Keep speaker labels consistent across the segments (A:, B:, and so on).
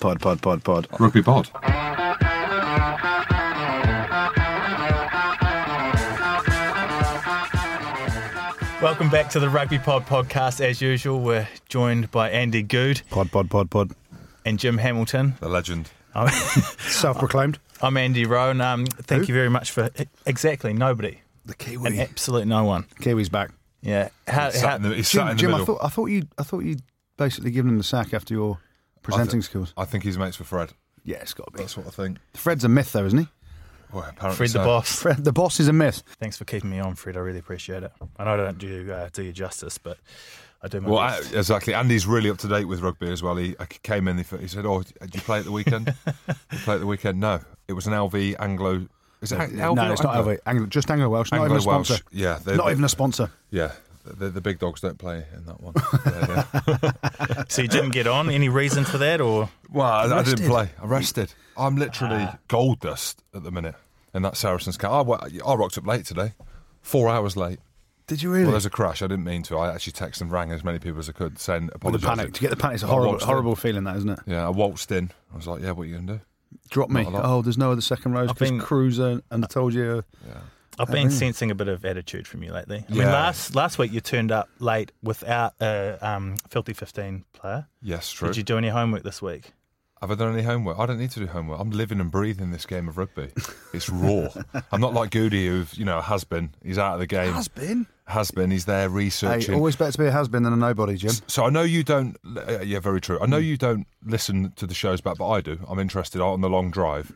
A: Pod, pod, pod, pod.
B: Rugby pod.
C: Welcome back to the Rugby Pod podcast. As usual, we're joined by Andy Good
A: Pod, pod, pod, pod.
C: and Jim Hamilton.
B: The legend.
A: Self proclaimed.
C: I'm Andy Rowe, and um, thank you very much for e, exactly nobody,
A: The
C: an
A: Kiwi.
C: absolute no one.
A: Kiwi's back.
C: Yeah, how,
B: Sat in the,
C: how,
B: he's sat
A: Uh, Jim,
B: in the
A: Jim I
B: middle.
A: thought I thought you I thought you'd basically given him the sack after your presenting skills.
B: I think he's mates with Fred.
A: Yeah, it's got to be.
B: That's what I think.
A: Fred's a myth, though, isn't he?
B: Well, apparently
C: Fred the
B: so.
C: boss.
A: Fred, the boss is a myth.
C: Thanks for keeping me on, Fred. I really appreciate it. I know I don't do uh, do you justice, but I do my
B: Well, I,
C: best.
B: exactly. Andy's really up to date with rugby as well. He I came in, he, f- he said, "Oh, did you play at the weekend? you play at the weekend? No, it was an LV Anglo. Is it Ang- LV
A: no,
B: or
A: it's not
B: Anglo?
A: Anglo, Anglo, just Anglo Welsh. Not even a
B: Anglo Welsh.
A: sponsor.
B: Yeah, they-
A: not
B: they-
A: even a sponsor.
B: Yeah, the, the big dogs don't play in that one. They're- they're-
C: so you didn't get on. Any reason for that, or
B: Well, I, I
A: Arrested. Ah.
B: didn't play. Arrested. I'm literally gold dust at the minute in that Saracens camp. I, wa- I rocked up late today, four hours late.
A: Did you
B: Well,
A: really?
B: there's a crash. I didn't mean to. I actually texted and rang as many people as I could saying
A: With the
B: apologies.
A: panic to get the panic is a
B: I
A: horrible,
B: watched it.
A: horrible feeling, that isn't it?
B: Yeah, I waltzed in. I was like, yeah, what are you going to do?
A: Drop me.
B: Not a lot.
A: Oh, there's no other second rows
C: I've
A: because
C: been-
A: Cruiser and I told you. uh,
C: I've been sensing a bit of attitude from you lately. I mean,
B: Yeah.
C: last last week you turned up late without a um, filthy fifteen player.
B: Yes, true.
C: Did you do any homework this week?
B: Have I done any homework? I don't need to do homework. I'm living and breathing this game of rugby. It's raw. I'm not like Goody, who you know has been. He's out of the game.
A: Has been.
B: Has been. He's there
A: Hey,
B: researching.
A: always better to be a has been than a nobody, Jim.
B: So I know you don't. uh, Yeah, very true. I know you don't listen to the shows back, but I do. I'm interested on the long drive.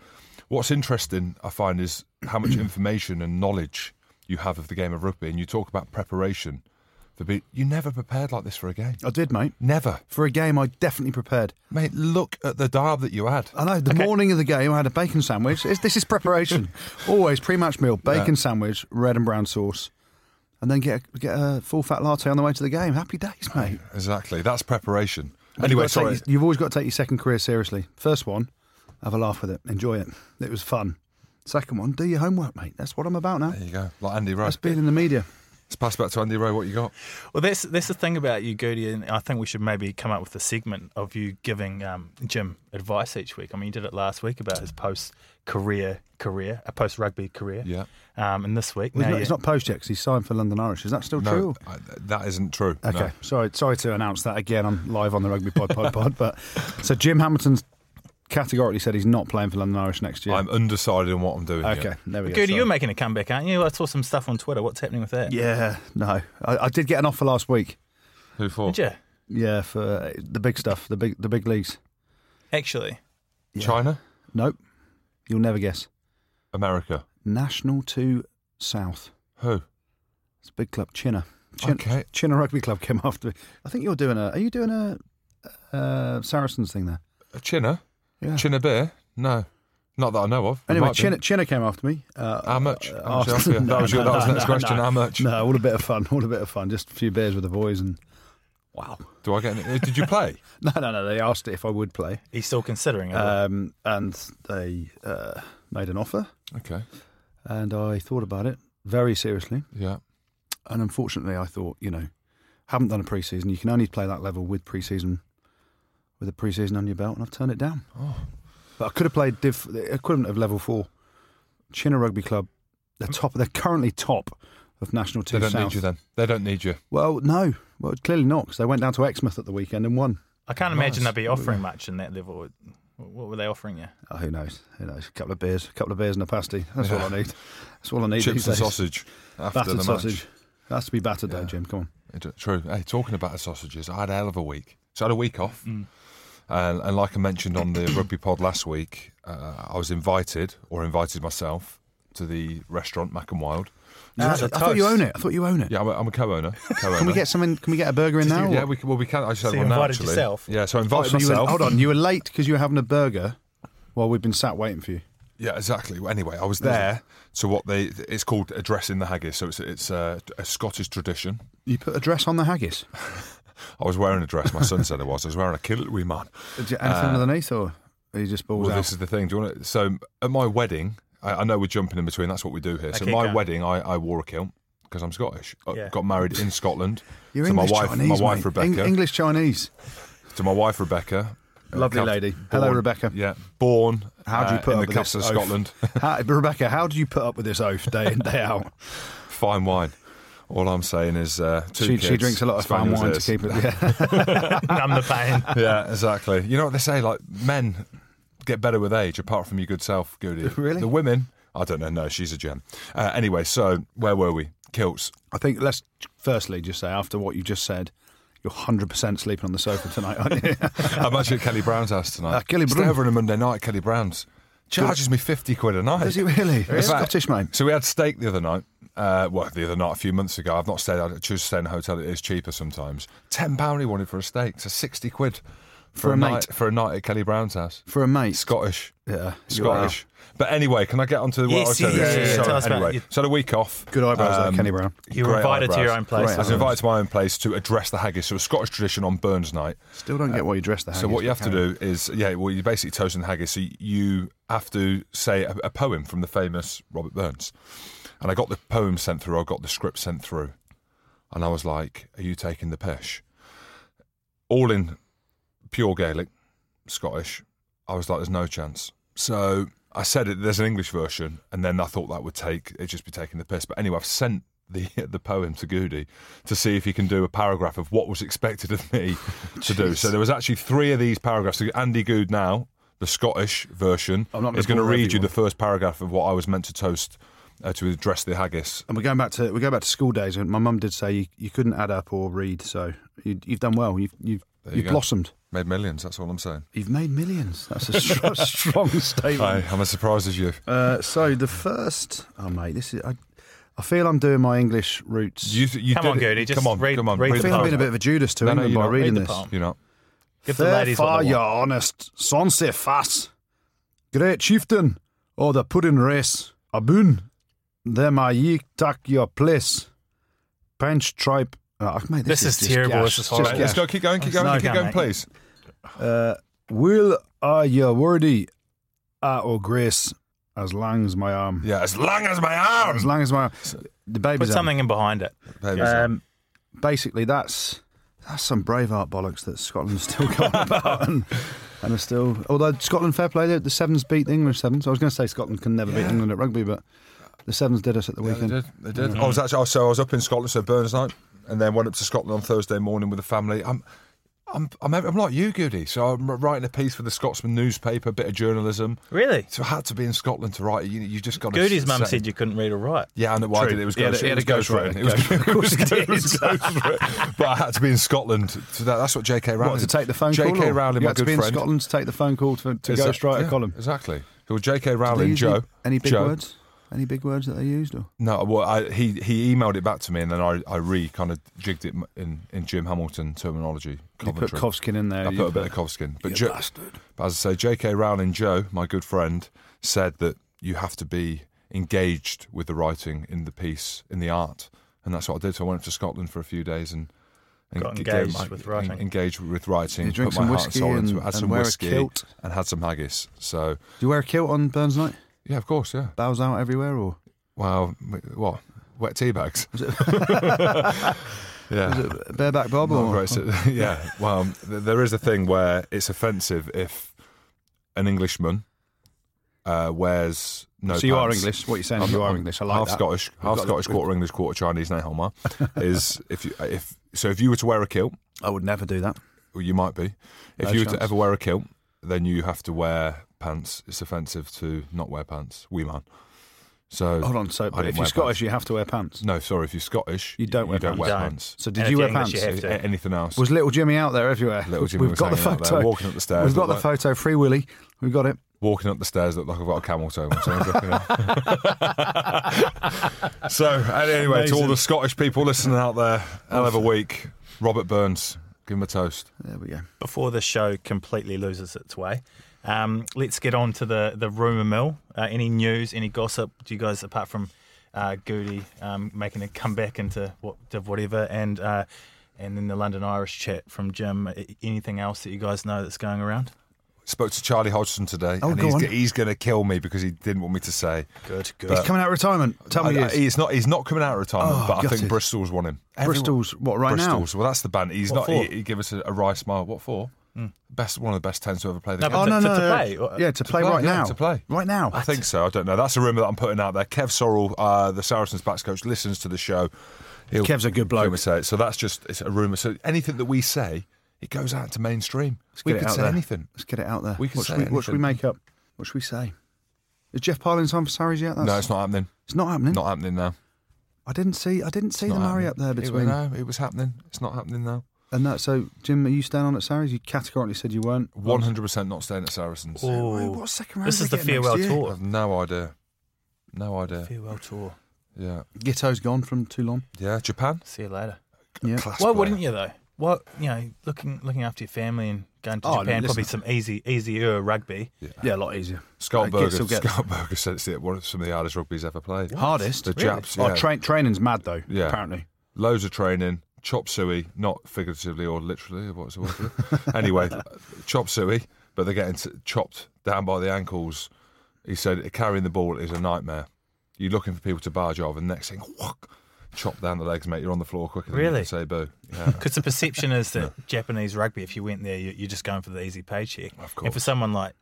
B: What's interesting, I find, is how much information and knowledge you have of the game of rugby. And you talk about preparation. For be- you never prepared like this for a game.
A: I did, mate.
B: Never,
A: For a game, I definitely prepared.
B: mate. Look at the derb that you had.
A: I know. The morning of the game, I had a bacon sandwich. It's, this is preparation. Always pre-match meal, bacon sandwich, red and brown sauce, and then get a, get a full fat latte on the way to the game. Happy days, mate.
B: Exactly. That's preparation.
A: And you've, got
B: Anyway,
A: to
B: sorry.
A: take, you've always got to take your second career seriously. First one, have a laugh with it, enjoy it. It was fun. Second one, do your homework, mate. That's what I'm about now.
B: There you go. Like Andy Rowe.
A: That's being in the media.
B: Let's pass back to Andy Rowe. What you got?
C: Well, that's that's the thing about you, Goody, and I think we should maybe come up with a segment of you giving um, Jim advice each week. I mean, you did it last week about his post career career, a post rugby career.
B: Yeah.
C: Um, and this week
A: He's
C: now,
A: not,
C: you-
A: he's not post yet 'cause he's signed for London Irish. Is that still true?
B: No, I, that isn't true.
A: Okay,
B: No.
A: sorry, sorry to announce that again. I'm live on the Rugby Pod Pod Pod, but so Jim Hamilton's categorically said he's not playing for London Irish next year.
B: I'm undecided on what I'm doing. yet.
A: okay, there we go.
C: Goody,
A: sorry.
C: you're making a comeback, aren't you? I saw some stuff on Twitter. What's happening with that?
A: Yeah, no, I, I did get an offer last week.
B: Who for?
C: Did you?
A: Yeah, for uh, the big stuff, the big, the big leagues.
C: Actually,
B: China,
A: Nope, you'll never guess.
B: America.
A: National Two South.
B: Who?
A: It's a big club, Chinner. Chin,
B: Okay.
A: Chinner Rugby Club came after me. I think you're doing a. Are you doing a uh, Saracens thing there?
B: A Chinner?
A: Yeah.
B: Chinner beer? No. Not that I know of. It
A: Anyway,
B: might be.
A: Chinner, Chinner came after me. Uh,
B: How much?
A: uh,
B: How much
A: after-
B: off you? that was, your, that was the next question. How much?
A: No, all a bit of fun. All a bit of fun. Just a few beers with the boys and. Wow.
B: Do I get? Any, uh, did you play?
A: No, no, no. They asked if I would play,
C: he's still considering
B: Oh,
C: it.
A: um, and they uh, made an offer,
B: okay.
A: and I thought about it very seriously.
B: Yeah.
A: And unfortunately, I thought, you know, haven't done a preseason. You can only play that level with preseason, with a preseason on your belt, and I've turned it down.
B: Oh.
A: But I could have played div, the equivalent of level four. Chinner Rugby Club, they're top. They're currently top of National
B: Hmm. They
A: Two
B: don't
A: South.
B: need you then. They don't need you.
A: Well, no. Well, clearly not, because they went down to Exmouth at the weekend and won.
C: I can't imagine
B: nice.
C: they'd be offering much in that level. What were they offering you?
A: Oh, who knows? Who knows? A couple of beers, a couple of beers and a pasty. That's all I need. That's all I need. these
B: Chips and
A: days.
B: sausage after
A: battered
B: the match.
A: sausage. Has to be battered though,
B: Yeah.
A: Jim. Come on.
B: It- True. Hey, talking about sausages, I had a hell of a week. So I had a week off.
A: Mm.
B: And, and like I mentioned on the rugby pod last week, uh, I was invited, or invited myself, to the restaurant Mac and Wild.
A: I,
C: had a
A: thought you
C: toast.
A: own it. I thought you own it.
B: Yeah, I'm a, I'm a co-owner. co-owner.
A: Can we get something? Can we get a burger in now?
B: Yeah,
A: or-
B: we can, well, we can. I just had
C: So you
B: one now,
C: invited
B: actually.
C: yourself?
B: Yeah, so I
A: Oh,
B: invited
A: so you were-
B: myself.
A: hold on. You were late because you were having a burger while we've been sat waiting for you.
B: Yeah, exactly. Well, anyway, I was there. So what they it's called addressing the haggis. So it's it's a, a Scottish tradition.
A: You put a dress on the haggis.
B: I was wearing a dress. My son said I was. I was wearing a kilt, wee man.
A: Is there anything underneath, or are you just balls
B: Uh,
A: out?
B: Well, this is the thing. Do you want to? So at my wedding, I, I know we're jumping in between. That's what we do here. So
C: Okay,
B: my
C: go.
B: wedding, I, I wore a kilt because I'm Scottish. I
C: Yeah.
B: Got married in Scotland.
A: You're
B: to
A: English
B: my wife,
A: Chinese,
B: my wife
A: mate.
B: Rebecca.
A: Eng- English Chinese.
B: to my wife Rebecca.
A: Lovely
B: Cuff-
A: lady. Hello,
B: born-
A: Rebecca.
B: Yeah, born.
A: How do you
B: uh,
A: put
B: in
A: up
B: the
A: with
B: cups
A: this
B: of
A: oath?
B: Scotland?
A: How, Rebecca, how do you put up with this oath day in day out?
B: fine wine. All I'm saying is, uh, two
A: she,
B: kids,
A: she drinks a lot of fine
B: Spaniels
A: wine to
B: is.
A: keep it. Yeah.
C: Numb the pain.
B: yeah, exactly. You know what they say? Like men get better with age, apart from your good self, Goody.
A: Really?
B: The women? I don't know. No, she's a gem. Uh, anyway, so where were we? Kilts.
A: I think let's firstly just say after what you just said, you're hundred percent sleeping on the sofa tonight, aren't you?
B: I'm actually at Kelly Brown's house tonight.
A: Uh, Kelly
B: Stay
A: Brown.
B: over on a Monday night. Kelly Brown's charges me fifty quid a night.
A: Is he really?
B: In
A: It's
B: fact,
A: Scottish, mate.
B: So we had steak the other night. Uh, well, the other night, a few months ago. I've not stayed. I choose to stay in a hotel. It is cheaper sometimes. Ten pound he wanted for a steak. So sixty quid for,
A: a mate.
B: night for a night at Kelly Brown's house.
A: For a mate.
B: Scottish.
A: yeah. you are.
B: Scottish. But anyway, can I get onto what I was
C: Yes,
B: saying?
C: yeah, yeah, yeah.
B: Sorry.
C: Tell us about
B: anyway,
C: it.
B: so the week off.
A: Good eyebrows,
B: um,
A: though, Kenny Brown.
C: You were
B: great
C: invited to your
B: eyebrows.
C: own place.
A: Great
B: I was invited to my own place to address the haggis. So a Scottish tradition on Burns Night.
A: Still don't get why Uh, you dress the haggis.
B: So what you have to
A: Karen.
B: do is, yeah, well, you're basically toasting the haggis. So you have to say a, a poem from the famous Robert Burns. And I got the poem sent through. I got the script sent through, and I was like, "Are you taking the pish?" All in pure Gaelic, Scottish. I was like, "There's no chance." So I said it. There's an English version, and then I thought that would take it would just be taking the piss. But anyway, I've sent. The, the poem to Goody to see if he can do a paragraph of what was expected of me to do. So there was actually three of these paragraphs. Andy Good now, the Scottish version,
A: I'm not gonna
B: is going to
A: bore
B: read you
A: everyone.
B: the first paragraph of what I was meant to toast uh, to address the haggis.
A: And we're going back to we go back to school days, and my mum did say you, you couldn't add up or read, so you, you've done well. You've you've,
B: you
A: you've
B: go.
A: blossomed.
B: Made millions. That's all I'm saying.
A: You've made millions. That's a str- strong statement.
B: I, I'm as surprised as you.
A: Uh, so the first, oh mate, this is. I, I feel I'm doing my English roots.
B: you, you
C: Come
B: did
C: on,
B: it.
C: Goody, just
B: come on,
C: read-
B: come on,
C: read
A: I
C: the
A: feel
C: poem.
A: I've been a bit of a Judas to
B: No, no,
A: England
B: you're
A: by
B: not.
A: reading
C: Read the
A: this.
C: poem.
B: You're not.
C: Give the ladies what
A: Therefore,
C: they
A: your
C: want.
A: honest, soncy fass, great chieftain o' the puddin' race, a boon, them a ye tak your place, pinch tripe. Oh, mate, this,
C: This is
A: just
C: terrible,
A: gash.
C: this is
A: Just
C: horrible.
B: Right, let's
A: gash.
B: go. Keep going. Keep going.
C: No,
B: keep
C: I
B: going,
C: can't, mate.
B: please.
A: Uh, will are ye worthy, ah, o grace, as long as my arm,
B: Yeah, as long as my
A: as
B: arms.
A: long as my arm. The
C: Put
A: baby's arm.
C: something in behind it.
B: Babies.
A: Um, basically, that's that's some brave art bollocks that Scotland's still going about and, and are still. Although Scotland, fair play, the, the Sevens beat the English Sevens. I was going to say Scotland can never beat
B: Yeah.
A: England at rugby, but the Sevens did us at the
B: Yeah, they
A: weekend.
B: did. They did. Mm-hmm. I was actually so I was up in Scotland, so Burns night, and then went up to Scotland on Thursday morning with the family. I'm, I'm, I'm, I'm like you, Goody. So I'm writing a piece for the Scotsman newspaper, bit of journalism.
C: Really?
B: So I had to be in Scotland to write it. You, you just got.
C: Goody's mum said you couldn't read or write.
B: Yeah, I know why I did it. It was
A: True.
B: ghost,
A: He had a-
B: it was
A: he had a
B: ghost written. It was,
A: ghostwriter.
B: it was ghostwritten. But I had to be in Scotland. To that. That's what J.K. Rowling.
A: What, to take the phone call?
B: J.K.
A: or
B: Rowling,
A: you
B: my
A: had to
B: good
A: be in
B: friend.
A: Scotland to take the phone call to, to
B: Exa-
A: ghost write
B: yeah,
A: a column.
B: Exactly. Well, J.K.
A: Did they
B: Rowling,
A: use
B: Joe.
A: any, any big
B: Joe,
A: words? Any big words that they used? Or?
B: No, well, I, he he emailed it back to me, and then I, I re kind of jigged it in, in Jim Hamilton terminology.
A: You put
B: Coventry.
A: Kovskin in there.
B: I
A: you
B: put a bit of Kovskin, but
A: you
B: Jo-
A: bastard.
B: but as I say, J.K. Rowling, Joe, my good friend, said that you have to be engaged with the writing in the piece, in the art, and that's what I did. So I went up to Scotland for a few days and. and
C: Got
B: g-
C: engaged
B: gave
C: with writing.
B: en- Engaged with writing.
A: You drink
B: put
A: some
B: my heart and
A: whiskey
B: soul into
A: and-
B: it. Had
A: and
B: some
A: wear a
B: whiskey
A: kilt.
B: and had some haggis. So
A: Do you wear a kilt on Burns night?
B: yeah, of course, yeah.
A: Bows out everywhere, or
B: Wow, what wet tea bags? yeah,
A: is it bareback bob?
B: Not
A: Or
B: great, so- yeah. Well, th- there is a thing where it's offensive if an Englishman uh, wears no.
A: so you are
B: pants.
A: English. What you're saying
B: I'm
A: is you
B: not-
A: are
B: I'm
A: English. I like
B: half
A: that.
B: Scottish, half
A: got the-
B: Scottish, quarter English, quarter Chinese. Now, Homer is if you if so if you were to wear a kilt,
A: I would never do that.
B: well, you might be. If
A: No
B: you were
A: chance.
B: to ever wear a kilt, then you have to wear pants. It's offensive to not wear pants. We man. So
A: Hold on, so
B: I
A: but
B: didn't
A: if
B: wear
A: you're Scottish, you have to wear pants.
B: no, sorry. If you're Scottish,
A: You don't wear pants.
C: Don't.
B: pants.
A: So did
C: And if
A: you wear
C: you're English,
A: pants?
C: you have to.
B: A- Anything else?
A: Was little Jimmy out there everywhere?
B: Little Jimmy
A: We've
B: was
A: got the
B: hanging out there,
A: photo.
B: walking up the stairs.
A: We've got
B: Looked
A: the
B: like-
A: photo. Free Willy. We've got it.
B: walking up the stairs looked like I've got a camel toe on. So, I was looking at- so and anyway, to all the Scottish people listening out there, hell of a week. Robert Burns, give him a toast.
A: There we go.
C: Before the show completely loses its way, um, let's get on to the, the rumour mill. Uh, any news, any gossip? Do you guys, apart from uh, Goody um, making a comeback into what, to whatever, and uh, and then the London Irish chat from Jim, a- anything else that you guys know that's going around?
B: Spoke to Charlie Hodgson today,
A: Oh,
B: and
A: go
B: he's,
A: on.
B: he's going to kill me because he didn't want me to say.
C: Good, good.
A: He's coming out of retirement. Tell me,
B: I-
A: he
B: I-
A: is.
B: he's not. He's not coming out of retirement,
A: Oh,
B: but I
A: gutted.
B: think Bristol's won him. Everyone-
A: Bristol's what right
B: Bristol's. Well, that's the ban. He's
C: What
B: not.
C: for?
B: He, he gave us a, a wry smile. What for?
A: Hmm.
B: Best one of the best tens to ever play the
C: No,
B: game.
C: but
A: Oh
C: to-
A: no,
C: to-
A: no,
C: to
A: no.
C: play, or-
A: yeah, to play,
B: play,
A: right
B: yeah,
A: now,
B: to play.
A: right now.
B: I think so. I don't know. That's a rumor that I'm putting out there. Kev Sorrell, uh, the Saracens backs coach, listens to the show. He'll,
A: Kev's a good bloke.
B: he'll say it. So that's just it's a rumor. So anything that we say, it goes out to mainstream.
A: Let's
B: We
A: get it
B: could
A: out
B: say
A: there.
B: anything.
A: Let's get it out there.
B: We can
A: what,
B: say
A: should we, what should we
B: anything.
A: make up? What should we say? Is Jeff Parlin's on for Sarries yet? That's,
B: No, it's not happening.
A: It's not happening.
B: Not happening now.
A: I didn't see. I didn't see
B: Not
A: the marry
B: happening.
A: up there
B: It was-
A: between.
B: no, it was happening. It's not happening now.
A: And that. So, Jim, are you staying on at Sarries? You categorically said you weren't.
B: 100% not staying at Saracens.
A: Wait,
C: Ooh.
A: what second round?
C: This
A: we
C: is the
A: get next
C: farewell
A: year?
B: I
C: tour.
B: have no idea. No idea.
C: Um, Farewell tour.
B: Yeah.
A: Gitto's gone from Toulon.
B: Yeah. Japan.
C: See you later.
A: Yeah.
B: Class
C: Why
B: player.
C: wouldn't you though? What you know, looking looking after your family and going to
A: Oh,
C: Japan,
A: listen.
C: probably some easy easier rugby.
A: Yeah, a lot easier.
B: Scott
A: Like,
B: Burger,
A: Gits will get-
B: Scott Burger said it's the, one of some of the hardest rugby he's ever played.
A: Hardest.
B: The Japs.
A: Oh,
B: yeah.
A: train, training's mad though.
B: Yeah.
A: Apparently.
B: loads of training, chop suey, not figuratively or literally, what's the word? for it? anyway, chop suey, but they're getting t- chopped down by the ankles. He said carrying the ball is a nightmare. You're looking for people to barge over, and next thing, whack, chop down the legs, mate. You're on the floor quicker than you
C: Really?
B: can say boo. Yeah.
C: Because the perception is that Japanese rugby, if you went there, you- you're just going for the easy paycheck.
B: Of
C: And for
B: course.
C: someone like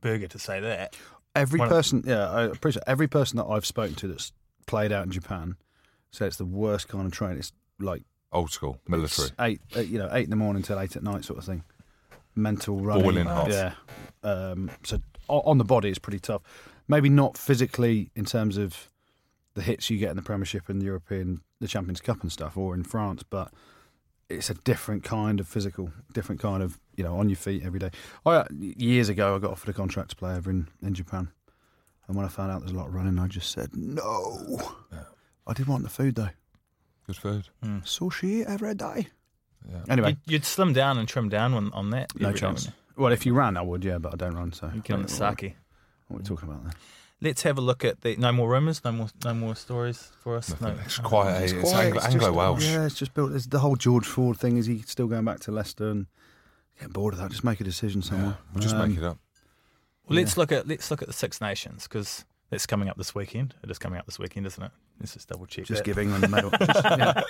C: Berger to say that,
A: Every
C: One of-
A: person. Yeah, I appreciate every person that I've spoken to that's played out in Japan said it's the worst kind of training. It's like
B: Old school, military.
A: eight, uh, you know, eight in the morning till eight at night, sort of thing. Mental running.
B: Boiling hot.
A: Yeah. Um, so o- on the body, it's pretty tough. Maybe not physically in terms of the hits you get in the Premiership and the European, the Champions Cup and stuff, or in France, but it's a different kind of physical, different kind of you know on your feet every day. I years ago I got offered a contract to play over in, in Japan, and when I found out there's a lot of running, I just said no. I did want the food though.
B: Good food.
A: Sushi every day.
B: Yeah.
A: Anyway,
C: you'd, you'd slim down and trim down on, on that.
A: no
C: every day,
A: chance.
C: wouldn't
A: Well, if you ran, I would, yeah, but I don't run, so.
C: You You'd get on the sake.
A: What are we talking about there?
C: Let's have a look at the no more rumours, no more no more stories for us. No,
B: It's quite a, it's, Anglo,
A: just-
B: Anglo Welsh.
A: Yeah, it's just built. It's the whole George Ford thing. Is he still going back to Leicester and getting bored of that? Just make a decision somewhere.
B: We'll just
A: Um,
B: make it up.
C: Well, let's look at let's look at the Six Nations because that's coming up this weekend. It is coming up this weekend, isn't it? Let's just double check.
A: Just
C: that.
A: give England a medal. Just- yeah.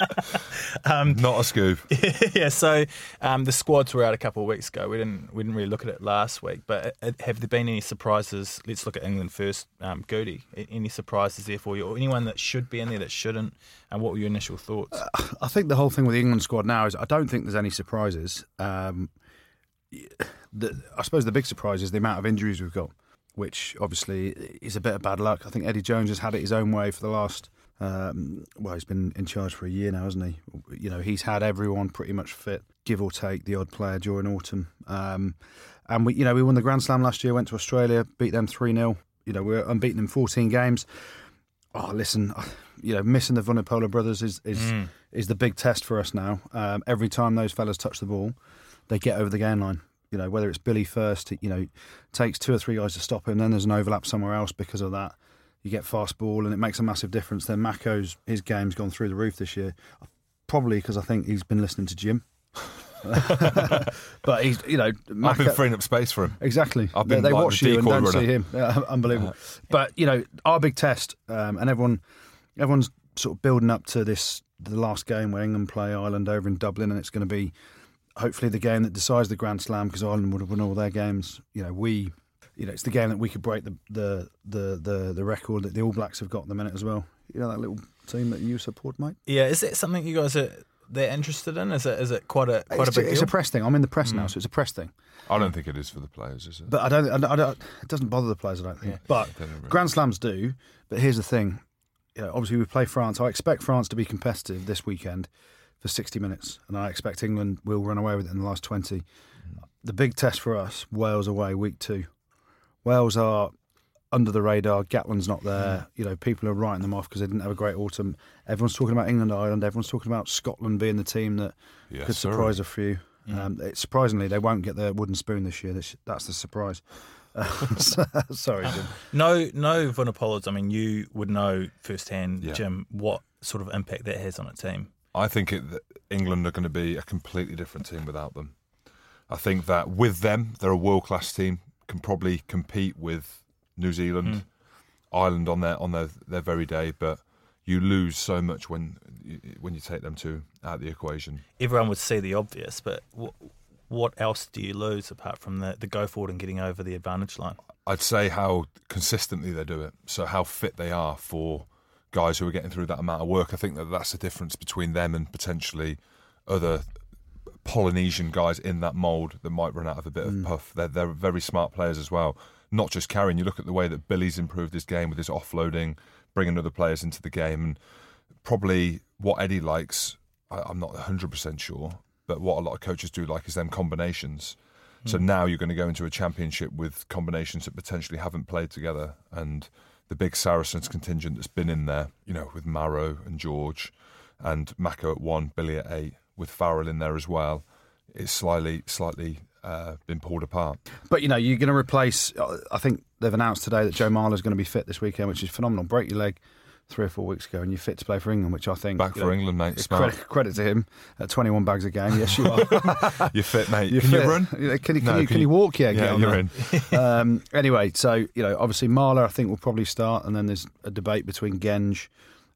B: Not a scoop.
C: yeah, so um, the squads were out a couple of weeks ago. We didn't we didn't really look at it last week, but uh, have there been any surprises? Let's look at England first. Um, Goody, a- any surprises there for you, or anyone that should be in there that shouldn't? And what were your initial thoughts?
A: I think the whole thing with the England squad now is I don't think there's any surprises. Um, the, I suppose the big surprise is the amount of injuries we've got, which obviously is a bit of bad luck. I think Eddie Jones has had it his own way for the last. Um, well, he's been in charge for a year now, hasn't he? You know, he's had everyone pretty much fit, give or take the odd player during autumn. Um, and we, you know, we won the Grand Slam last year, went to Australia, beat them three 0 You know, we're unbeaten in fourteen games. Oh, listen, you know, missing the Vunipola brothers is is
B: Mm.
A: is the big test for us now. Um, every time those fellas touch the ball, they get over the game line. You know, whether it's Billy first, you know, takes two or three guys to stop him, then there's an overlap somewhere else because of that. You get fast ball, and it makes a massive difference. Then Mako's his game's gone through the roof this year, probably because I think he's been listening to Jim. but he's, you know,
B: I've been
A: Mako-
B: freeing up space for him.
A: Exactly. Exactly.
B: I've
A: They-
B: been
A: they
B: like the
A: watch you and
B: decoy
A: don't
B: runner. Uh,
A: see him. Yeah, unbelievable. But you know, our big test, um, and everyone, everyone's sort of building up to this the last game where England play Ireland over in Dublin, and it's going to be hopefully the game that decides the Grand Slam because Ireland would have won all their games. You know, we, you know, it's the game that we could break the the the the, the record that the All Blacks have got at the minute as well. You know that little team that you support, mate.
C: Yeah, is that something you guys are that interested in? Is it is it quite a quite
A: it's,
C: a big
A: it's
C: deal?
A: a press thing. I'm in the press
B: Mm.
A: now, so it's a press thing.
B: I don't think it is for the players, is it?
A: But I don't, I don't, I don't- it doesn't bother the players, I don't think. But
B: They don't really-
A: Grand Slams do. But here's the thing. You know, obviously, we play France. I expect France to be competitive this weekend for 60 minutes, and I expect England will run away with it in the last 20. The big test for us, Wales away, week two. Wales are under the radar. Gatlin's not
B: Hmm.
A: there. You know, people are writing them off because they didn't have a great autumn. Everyone's talking about England, Ireland. Everyone's talking about Scotland being the team that
B: Yes,
A: could
B: sir.
A: surprise a few. Um, it, surprisingly, they won't get their wooden spoon this year. That's, that's the surprise. Sorry, Jim.
C: No, no Vunapolas. I mean, you would know firsthand,
B: Yeah.
C: Jim, what sort of impact that has on a team.
B: I think it, that England are going to be a completely different team without them. I think that with them, they're a world class team. Can probably compete with New Zealand, Ireland on their on their, their very day, but you lose so much when you, when you take them two out of the equation.
C: Everyone would see the obvious, but w- what else do you lose apart from the, the go forward and getting over the advantage line?
B: I'd say how consistently they do it. So how fit they are for guys who are getting through that amount of work. I think that that's the difference between them and potentially other Polynesian guys in that mould that might run out of a bit of puff. They're, they're very smart players as well. Not just carrying. You look at the way that Billy's improved his game with his offloading, bringing other players into the game, and probably what Eddie likes. I, I'm not 100% sure, but what a lot of coaches do like is them combinations. So
A: Hmm.
B: now you're going to go into a championship with combinations that potentially haven't played together. And the big Saracens contingent that's been in there, you know, with Marrow and George and Mako at one, Billy at eight, with Farrell in there as well, it's slightly, slightly uh, been pulled apart.
A: But you know, you're going to replace. uh, I think they've announced today that Joe Marler's going to be fit this weekend, which is phenomenal. Break your leg three or four weeks ago, and you're fit to play for England, which I think
B: Back
A: you
B: for
A: know,
B: England, mate.
A: It's
B: Smart.
A: credit, credit to him at 21 bags a game. Yes, you are.
B: You're fit, mate.
A: You're
B: can
A: fit.
B: you run?
A: Yeah, Can you, can,
B: No,
A: you,
B: can
A: can you
B: you-
A: walk? Yeah, get
B: Yeah,
A: on
B: you're
A: that.
B: in.
A: um, anyway, so you know, obviously Marler, I think will probably start, and then there's a debate between Genge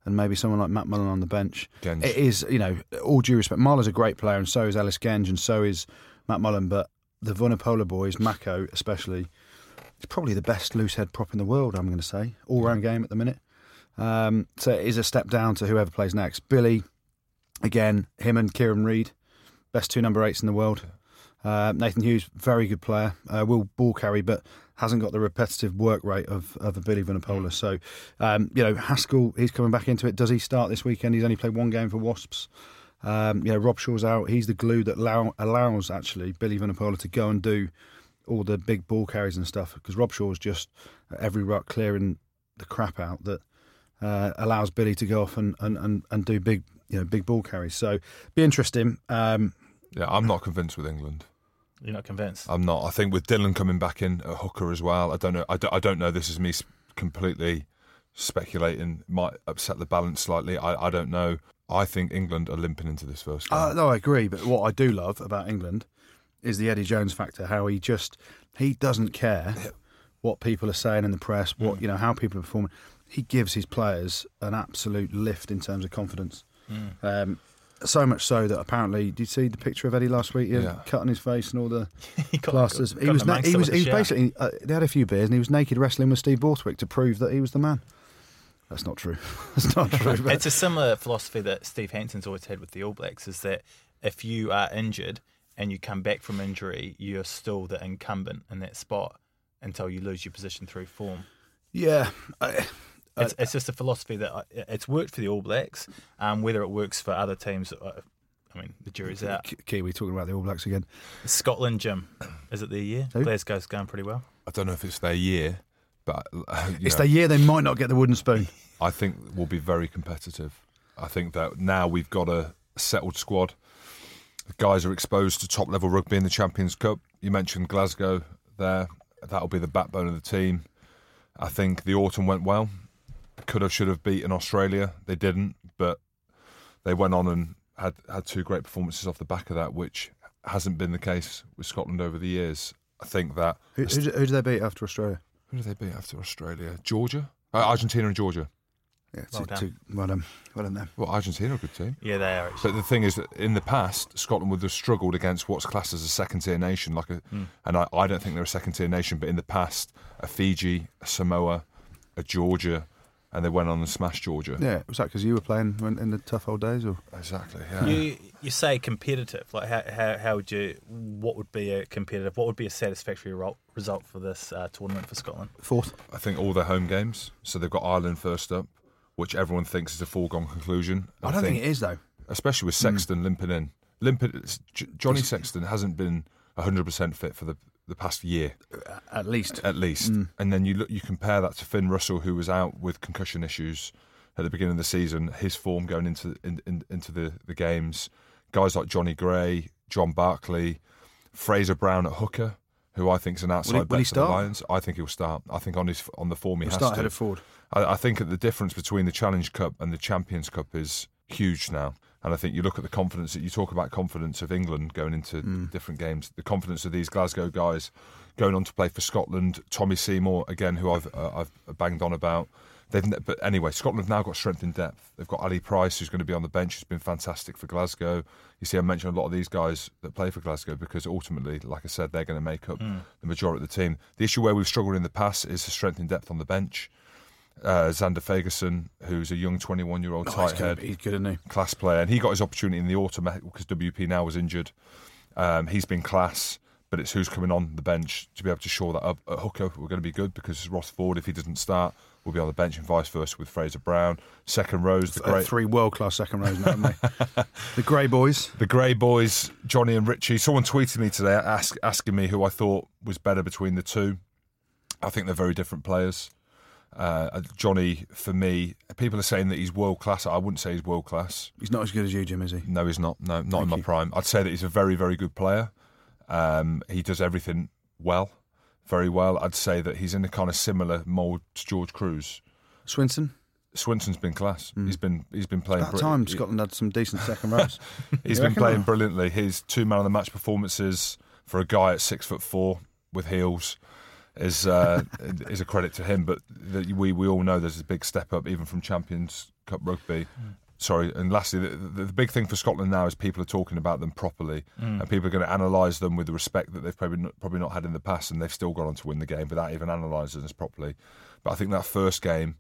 A: and maybe someone like Matt Mullen on the bench.
B: Genge.
A: It is, you know, all due respect, Marler's a great player, and so is Ellis Genge, and so is Matt Mullen. But the Vunapola boys, Mako especially, is probably the best loose head prop in the world. I'm going to say all round game at the minute. Um, so it is a step down to whoever plays next. Billy, again, him and Kieran Reid, best two number eights in the world. Uh, Nathan Hughes, very good player, uh, will ball carry, but hasn't got the repetitive work rate of, of a Billy Vanapola. So, um, you know, Haskell, he's coming back into it. Does he start this weekend? He's only played one game for Wasps. Um, you know, Rob Shaw's out. He's the glue that allow, allows, actually, Billy Vanapola to go and do all the big ball carries and stuff because Rob Shaw's just at every ruck clearing the crap out that uh, allows Billy to go off and, and, and, and do big you know big ball carries. So be interesting. Um,
B: Yeah, I'm not convinced with England.
C: You're not convinced.
A: Uh,
B: I'm not. I think with Dylan coming back in at hooker as well. I don't know. I don't, I don't know. This is me s- completely speculating. Might upset the balance slightly. I, I don't know. I think England are limping into this first game.
A: uh, no, I agree. But what I do love about England is the Eddie Jones factor. How he just he doesn't care what people are saying in the press.
C: Mm.
A: What you know how people are performing. He gives his players an absolute lift in terms of confidence.
C: Mm.
A: Um, so much so that apparently, did you see the picture of Eddie last week? He had
B: Yeah.
A: cut on his face and all the
C: He got-
A: plasters.
C: got-
A: he
C: got
A: was
C: in
A: na-
C: amongst
A: he
C: it
A: was
C: with
A: he was
C: the shirt.
A: basically uh, they had a few beers and he was naked wrestling with Steve Borthwick to prove that he was the man. That's not true. That's not true. but-
C: It's a similar philosophy that Steve Hansen's always had with the All Blacks is that if you are injured and you come back from injury, you're still the incumbent in that spot until you lose your position through form.
A: yeah. I-
C: It's, it's just a philosophy that I, it's worked for the All Blacks. Um, whether it works for other teams, uh, I mean, the jury's out.
A: Ki- Kiwi talking about the All Blacks again.
C: Scotland, Jim, is it their year?
A: Who?
C: Glasgow's going pretty well.
B: I don't know if it's their year, but uh, you
A: It's
B: know,
A: the year they might not get the wooden spoon.
B: I think we'll be very competitive. I think that now we've got a settled squad. The guys are exposed to top level rugby in the Champions Cup. You mentioned Glasgow there. That'll be the backbone of the team. I think the autumn went well. Could have, should have beaten Australia. They didn't, but they went on and had, had two great performances off the back of that, which hasn't been the case with Scotland over the years. I think that.
A: Who, who, do- who do they beat after Australia?
B: Who did they beat after Australia? Georgia? Uh, Argentina and Georgia.
A: Yeah,
C: Well
A: to-
C: done.
A: to- well done. Well done. them.
B: Well, Argentina are a good team.
C: Yeah, they are. Actually.
B: But the thing is that in the past, Scotland would have struggled against what's classed as a second tier nation, like a,
A: Hmm.
B: and I, I don't think they're a second tier nation, but in the past, a Fiji, a Samoa, a Georgia, and they went on and smashed Georgia.
A: Yeah, was that because you were playing when, in the tough old days? Or
B: Exactly. Yeah.
C: You you say competitive. Like how, how how would you? What would be a competitive? What would be a satisfactory ro- result for this uh, tournament for Scotland?
A: fourth?
B: I think all their home games. So they've got Ireland first up, which everyone thinks is a foregone conclusion.
A: I don't think, it Hmm. is though.
B: especially with Sexton limping in. Limping, it's- J- Johnny Sexton hasn't been 100% fit for the, the past year.
A: At least.
B: at least.
A: Mm.
B: And then you look, you compare that to Finn Russell, who was out with concussion issues at the beginning of the season. His form going into in, in, into the, the games, guys like Johnny Gray, John Barkley, Fraser Brown at hooker, who I think is an outside
A: will he
B: bet for the
A: start?
B: Lions. I think he'll start. I think on his on the form he
A: We'll
B: has
A: start
B: to.
A: ahead of Ford.
B: I, I think that the difference between the Challenge Cup and the Champions Cup is huge now. And I think you look at the confidence that you talk about confidence of England going into
A: Mm.
B: different games, the confidence of these Glasgow guys going on to play for Scotland. Tommy Seymour again, who I've uh, I've banged on about. They've, ne- but anyway, Scotland have now got strength in depth. They've got Ali Price, who's going to be on the bench, who's been fantastic for Glasgow. You see, I mentioned a lot of these guys that play for Glasgow because ultimately, like I said, they're going to make up
A: Mm.
B: the majority of the team. The issue where we've struggled in the past is the strength in depth on the bench. Uh, Xander Ferguson, who's a young 21 year old
A: Oh,
B: tight
A: he's, good,
B: head
A: he's good, isn't he?
B: class player, and he got his opportunity in the autumn because WP now was injured. Um, he's been class, but it's who's coming on the bench to be able to shore that up. At hooker, we're going to be good because Ross Ford, if he doesn't start, will be on the bench, and vice versa with Fraser Brown. Second rows, the
A: Uh,
B: great.
A: Three world class second rows now, haven't they? the Grey Boys.
B: The Grey Boys, Johnny and Richie. Someone tweeted me today ask, asking me who I thought was better between the two. I think they're very different players. Uh, Johnny, for me, people are saying that he's world class. I wouldn't say he's world class.
A: He's not as good as you, Jim, is he?
B: No, he's not. No, not in my
A: you.
B: prime. I'd say that he's a very, very good player. Um, he does everything well, very well. I'd say that he's in a kind of similar mould to George Cruz.
A: Swinson.
B: Swinton's been class. He's been he's been playing.
A: That
B: bri-
A: Mm. time Scotland had some decent second rows.
B: He's
A: You
B: been
A: reckon
B: playing
A: that?
B: brilliantly. His two man of the match performances for a guy at six foot four with heels is uh, is a credit to him. But the, we we all know there's a big step up even from Champions Cup rugby.
A: Hmm.
B: Sorry, and lastly, the, the, the big thing for Scotland now is people are talking about them properly,
A: Hmm.
B: and people are going to analyse them with the respect that they've probably not, probably not had in the past, and they've still gone on to win the game without even analysing us properly. But I think that first game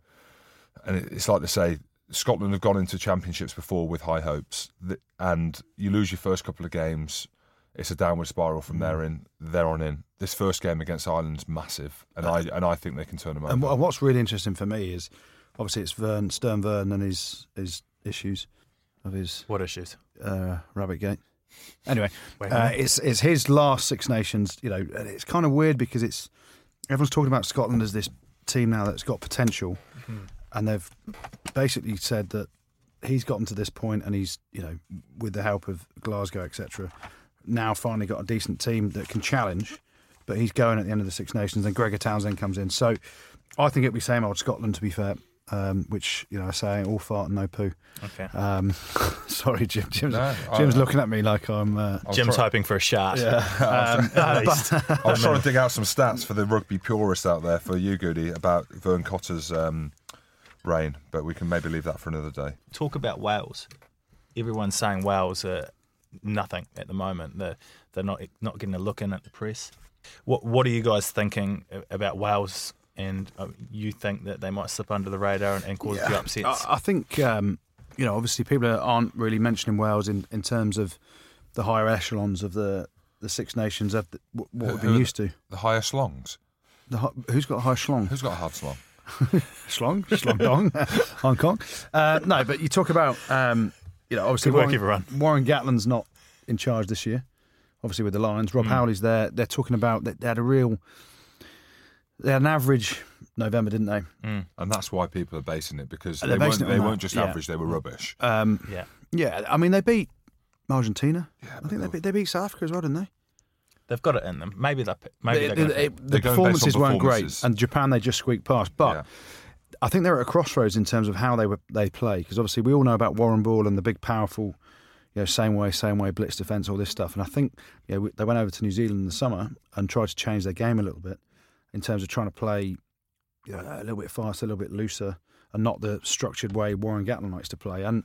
B: and it- it's like they say Scotland have gone into championships before with high hopes, Th- and you lose your first couple of games. It's a downward spiral from there in. There on in. This first game against Ireland's massive, and I and I think they can turn them
A: And
B: around.
A: wha- what's really interesting for me is, obviously, it's Vern, Stern Vern and his his issues of his
C: What issues?
A: uh, rabbit gate. Anyway,
C: Wait,
A: uh, it's it's his last Six Nations. You know, and it's kind of weird because it's everyone's talking about Scotland as this team now that's got potential, and they've basically said that he's gotten to this point, and he's you know with the help of Glasgow etc. Now finally got a decent team that can challenge, but he's going at the end of the Six Nations, and Gregor Townsend comes in. So I think it'll be same old Scotland to be fair. Um, which you know I say all fart and no poo.
C: Okay.
A: Um, sorry, Jim. Jim's,
B: No, I-
C: uh,
A: Jim's looking at me like I'm. Uh,
B: I was
C: Jim's
B: try-
C: hoping for a shot.
A: um,
C: At least.
B: I was trying to dig out some stats for the rugby purists out there for you, Goody, about Vern Cotter's um, reign, but we can maybe leave that for another day.
C: talk about Wales. Everyone's saying Wales are nothing at the moment. They're, they're not not getting a look in at the press. What What are you guys thinking a- about Wales? And uh, you think that they might slip under the radar and, and cause a few upsets?
A: I, I think um, you know, obviously, people aren't really mentioning Wales in, in terms of the higher echelons of the, the Six Nations of the, what we've been
B: Who-
A: used to.
B: The higher slongs.
A: The, hi- who's got a higher schlong?
B: Who's got a hard slong?
A: Schlong, Schlong Dong, Hong Kong. Uh, no, but you talk about um, you know obviously
C: Good work,
A: Warren,
C: everyone.
A: Warren Gatlin's not in charge this year, obviously with the Lions.
C: Hmm.
A: Rob Howley's there. They're talking about that they had a real they had an average November, didn't they?
B: And that's why people are basing it because
A: They're
B: they weren't,
A: basing it on
B: they
A: that,
B: weren't just
A: yeah.
B: average; they were rubbish.
A: Um,
C: yeah,
A: Yeah, I mean they beat Argentina. I think
B: but
A: they
B: they-
A: beat, they beat South Africa as well, didn't they?
C: they've got it in them. Maybe they're p- maybe
A: the
C: they're
A: the
B: They're
C: gonna-
B: going based on
A: performances weren't great,
B: performances.
A: and Japan they just squeaked past. But
B: Yeah.
A: I think they're at a crossroads in terms of how they were, they play because obviously we all know about Warren Ball and the big powerful, you know, same way, same way blitz defense, all this stuff. And I think you know, we- they went over to New Zealand in the summer and tried to change their game a little bit in terms of trying to play you know, a little bit faster, a little bit looser, and not the structured way Warren Gatlin likes to play. And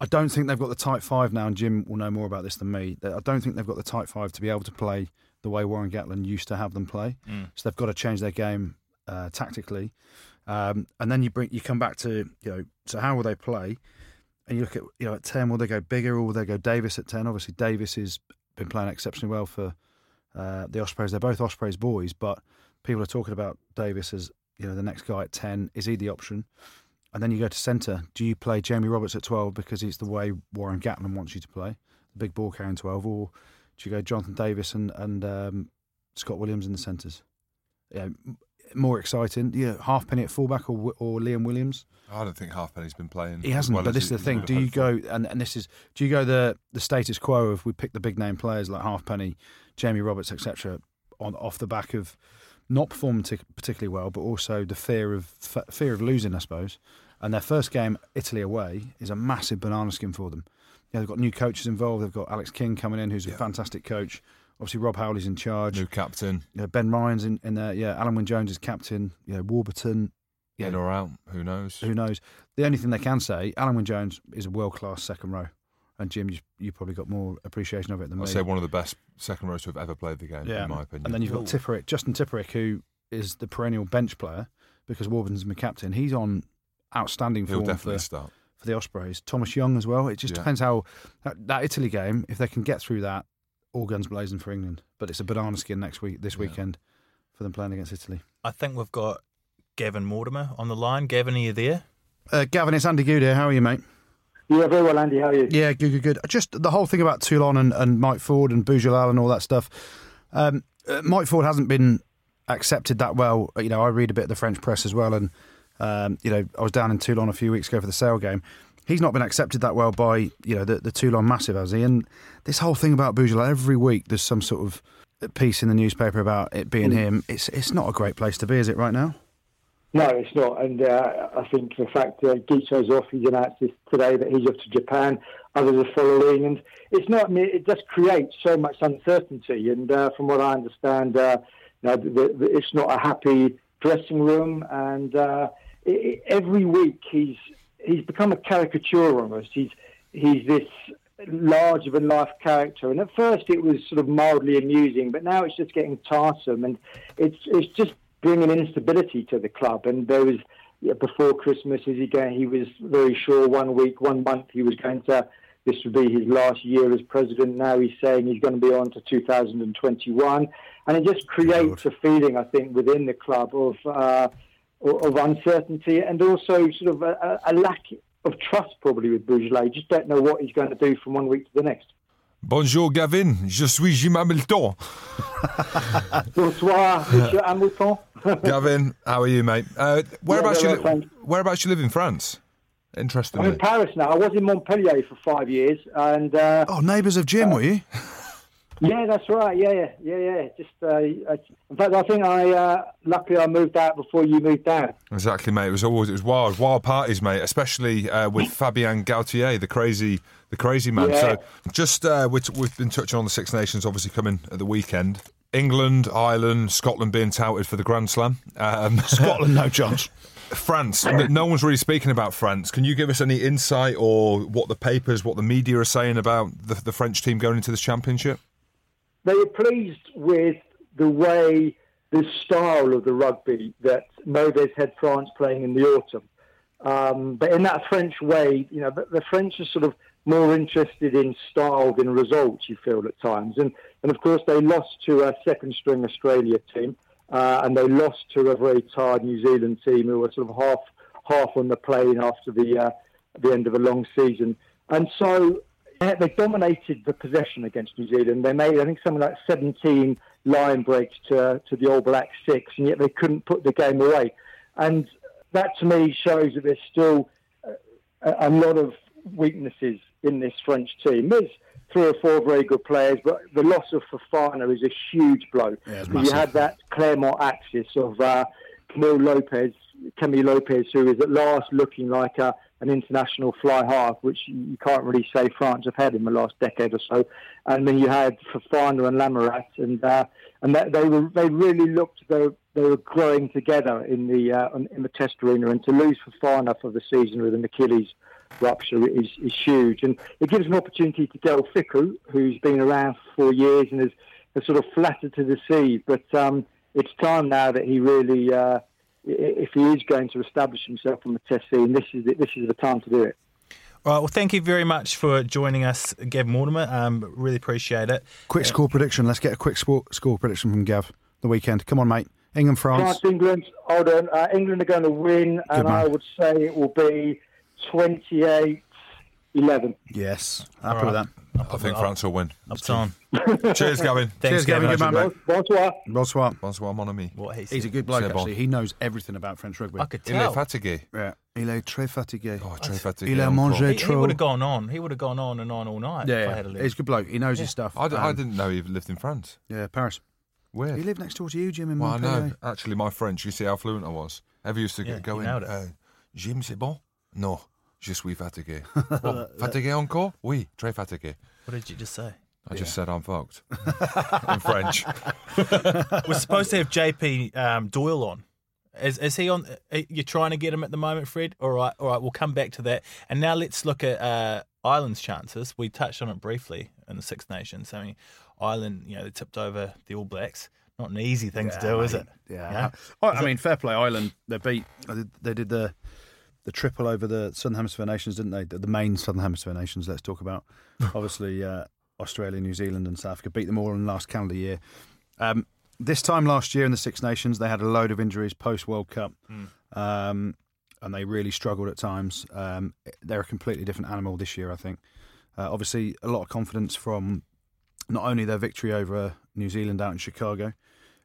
A: I don't think they've got the tight five now, and Jim will know more about this than me. that I don't think they've got the tight five to be able to play the way Warren Gatlin used to have them play. So they've got to change their game uh, tactically. Um, and then you bring you come back to you know so how will they play? And you look at you know at ten will they go bigger or will they go Davis at ten? Obviously Davis has been playing exceptionally well for uh, the Ospreys. They're both Ospreys boys, but people are talking about Davis as you know the next guy at ten. Is he the option? And then you go to centre. Do you play Jamie Roberts at twelve because it's the way Warren Gatlin wants you to play, the big ball carrying twelve, or do you go Jonathan Davis and and um, Scott Williams in the centres? Yeah, m- more exciting. Yeah, halfpenny at fullback or Wi- or Liam Williams.
B: I don't think Halfpenny's been playing.
A: He
B: as
A: hasn't.
B: well
A: but
B: as
A: this is
B: he-
A: the thing.
B: he
A: Do you
B: would have
A: go and, and this is do you go the the status quo of we pick the big name players like Halfpenny, Jamie Roberts, etc. on off the back of not performing tic- particularly well, but also the fear of f- fear of losing, I suppose. And their first game, Italy away, is a massive banana skin for them. You know, they've got new coaches involved. They've got Alex King coming in, who's a fantastic coach. Obviously, Rob Howley's in charge
B: thought, New captain.
A: you know, Ben Ryan's in, in there. Yeah, Alan Wynne Jones is captain. You know, Warburton. Yeah.
B: in or out. Who knows?
A: Who knows? The only thing they can say, Alan Wynne Jones is a world class second row, and Jim, you you probably got more appreciation of it than
B: I'd
A: me.
B: say one of the best second rows who have ever played the game,
A: Yeah.
B: in my opinion.
A: and then you've got Tipperick, Justin Tipperick, who is the perennial bench player because Warburton's my captain. He's on outstanding
B: He'll
A: form
B: definitely
A: for,
B: start.
A: for the Ospreys. Thomas Young as well. It just
B: Yeah.
A: depends how that, that Italy game. If they can get through that, all guns blazing for England. But it's a banana skin next week, this
B: Yeah.
A: weekend, for them playing against Italy.
C: I think we've got Gavin Mortimer on the line. Gavin, are you there?
A: Uh, Gavin, it's Andy Good here. How are you, mate?
D: Yeah, very well, Andy. How are you?
A: Yeah, good, good, good. Just the whole thing about Toulon and, and Mike Ford and Boujolal and all that stuff. Um, uh, Mike Ford hasn't been accepted that well. Uh, You know, I read a bit of the French press as well, and um, you know, I was down in Toulon a few weeks ago for the sale game. He's not been accepted that well by you know the, the Toulon massive, has he? And this whole thing about Boujolal every week, there's some sort of piece in the newspaper about it
D: Hmm.
A: being him. It's it's not a great place to be, is it right now?
D: No, it's not. And uh, I think the fact uh, Guicho's off, he's announced this today that he's off to Japan. Others are following, and it's not. I mean, it just creates so much uncertainty. And uh, from what I understand, uh, you know, the, the, it's not a happy dressing room. And uh, i i every week he's he's become a caricature almost. He's he's this larger than life character. And at first it was sort of mildly amusing, but now it's just getting tiresome and it's it's just bringing instability to the club. And there was yeah, before Christmas, is he going? He was very sure one week, one month he was going to. This would be his last year as president. Now he's saying he's going to be on to 2021, and it just creates a feeling, I think, within the club of uh, of uncertainty and also sort of a, a a lack of trust probably with Bourgelat. You just don't know what he's going to do from one week to the next.
B: Bonjour, Gavin. Je suis Jim Hamilton.
D: Bonsoir, Monsieur Hamilton.
B: Gavin, how are you, mate? Uh, whereabouts
D: very
B: you?
D: well,
B: Li-
D: thanks.
B: whereabouts you live in France?
D: I'm
B: Interestingly,
D: in Paris now. I was in Montpellier for five years, and uh,
A: Oh, neighbours of Jim, were you?
D: yeah, that's right. Yeah, yeah, yeah, yeah. Just uh, I, in fact, I think I uh, luckily I moved out before you moved down.
B: exactly, mate. It was always it was wild, wild parties, mate. Especially uh, with Fabien Gaultier, the crazy, the crazy man.
D: Yeah.
B: So, just uh, we t- we've been touching on the Six Nations, obviously coming at the weekend. England, Ireland, Scotland being touted for the Grand Slam. Um,
A: Scotland, no chance.
B: France. n- No one's really speaking about France. Can you give us any insight or what the papers, what the media are saying about the, the French team going into this championship?
D: they were pleased with the way the style of the rugby that Moves had France playing in the autumn. Um, but in that French way, you know, the, the French are sort of more interested in style than results. You feel at times, and and of course they lost to a second-string Australia team, uh, and they lost to a very tired New Zealand team who were sort of half half on the plane after the uh, the end of a long season. And so uh, they dominated the possession against New Zealand. They made, I think, something like 17 line breaks to, to the All Black six, and yet they couldn't put the game away. And that to me shows that there's still a, a lot of weaknesses in this French team. There's three or four very good players, but the loss of Fofana is a huge blow.
A: Yeah, it's
D: you
A: massive.
D: had that Clermont axis of uh, Camille Lopez, Camille Lopez, who is at last looking like a, an international fly half, which you can't really say France have had in the last decade or so. And then you had Fofana and Lamarat, and uh, and that, they were they really looked they were, they were growing together in the uh, on- in the Test arena. And to lose Fofana for the season with an Achilles rupture is, is huge. And it gives an opportunity to Del Fickle, who's been around for four years and is, is sort of flattered to deceive. But um, it's time now that he really, uh, i- if he is going to establish himself on the Test scene, this is the, this is the time to do it.
C: All right, well, thank you very much for joining us, Gavin Mortimer. Um, really appreciate it.
A: Quick score prediction. Let's get a quick score, score prediction from Gav. The weekend. Come on, mate. England, France.
D: France, England, hold on. Uh, England are going to win, and
A: man.
D: I would say it will be 28 11.
A: Yes. Happy with that.
B: I think France will win.
C: Up time.
B: Cheers, Gavin.
C: Thanks,
A: Cheers, Gavin.
C: Gavin.
A: Good man, mate.
D: Bonsoir.
A: Bonsoir.
B: Bonsoir, mon ami.
C: What he said.
A: He's a good bloke,
B: C'est bon.
A: actually. He knows everything about French rugby.
C: I could
B: Il est
C: tell.
B: fatigué.
A: Yeah. Il est très fatigué.
B: Oh, très fatigué.
A: Ah, Il a
B: encore.
A: mangé
C: He, he
A: trop.
C: would have gone on. He would have gone on and on all night if I
A: Yeah,
C: had a
A: yeah.
C: lead.
A: He's a good bloke. He knows his stuff.
B: I, d- I
A: Um,
B: didn't know he lived in France.
A: Yeah, Paris. He
B: Weird.
A: lived next door to you, Jim, in
B: Well, I
A: Montpellier.
B: know. Actually, my French, you see how fluent I was. Ever used to
C: Yeah,
B: g go
C: you
B: in,
C: nailed it.
B: uh, Jim, c'est bon? No, je suis fatigué. oh, fatigué encore? Oui, très fatigué.
C: What did you just say?
B: I just said I'm fucked in French.
C: We're supposed to have JP um, Doyle on Is is he on? uh, You're trying to get him at the moment, Fred. All right, all right. We'll come back to that. And now let's look at uh, Ireland's chances. We touched on it briefly in the Six Nations. I mean, Ireland, you know, they tipped over the All Blacks. Not an easy thing to do, is it?
A: Yeah.
C: Yeah.
A: Oh, I mean, fair play. Ireland, they beat, they did the the triple over the Southern Hemisphere nations, didn't they? The, the main Southern Hemisphere nations, let's talk about. Obviously, uh, Australia, New Zealand, and South Africa beat them all in the last calendar year. Um, this time last year in the Six Nations, they had a load of injuries post World Cup.
C: Hmm.
A: Um, and they really struggled at times. Um, they're a completely different animal this year, I think. Uh, obviously, a lot of confidence from not only their victory over New Zealand out in Chicago,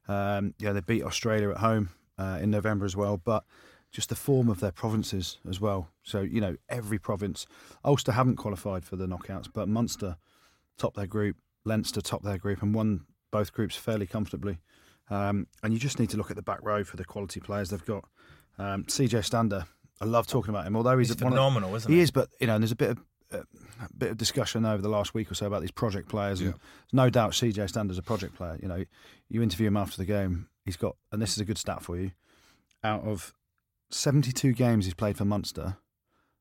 A: um, yeah, they beat Australia at home uh, in November as well, but just the form of their provinces as well. So you know, every province. Ulster haven't qualified for the knockouts, but Munster top their group, Leinster top their group, and won both groups fairly comfortably. Um, and you just need to look at the back row for the quality players they've got. Um, CJ Stander, I love talking about him, although he's,
C: He's
A: one of-
C: phenomenal, isn't
A: he
C: he?
A: is, but you know, and there's a bit of uh, a bit of discussion over the last week or so about these project players, and
B: Yeah.
A: no doubt CJ Stander's a project player. You know, you interview him after the game, he's got, and this is a good stat for you. Out of 72 games he's played for Munster,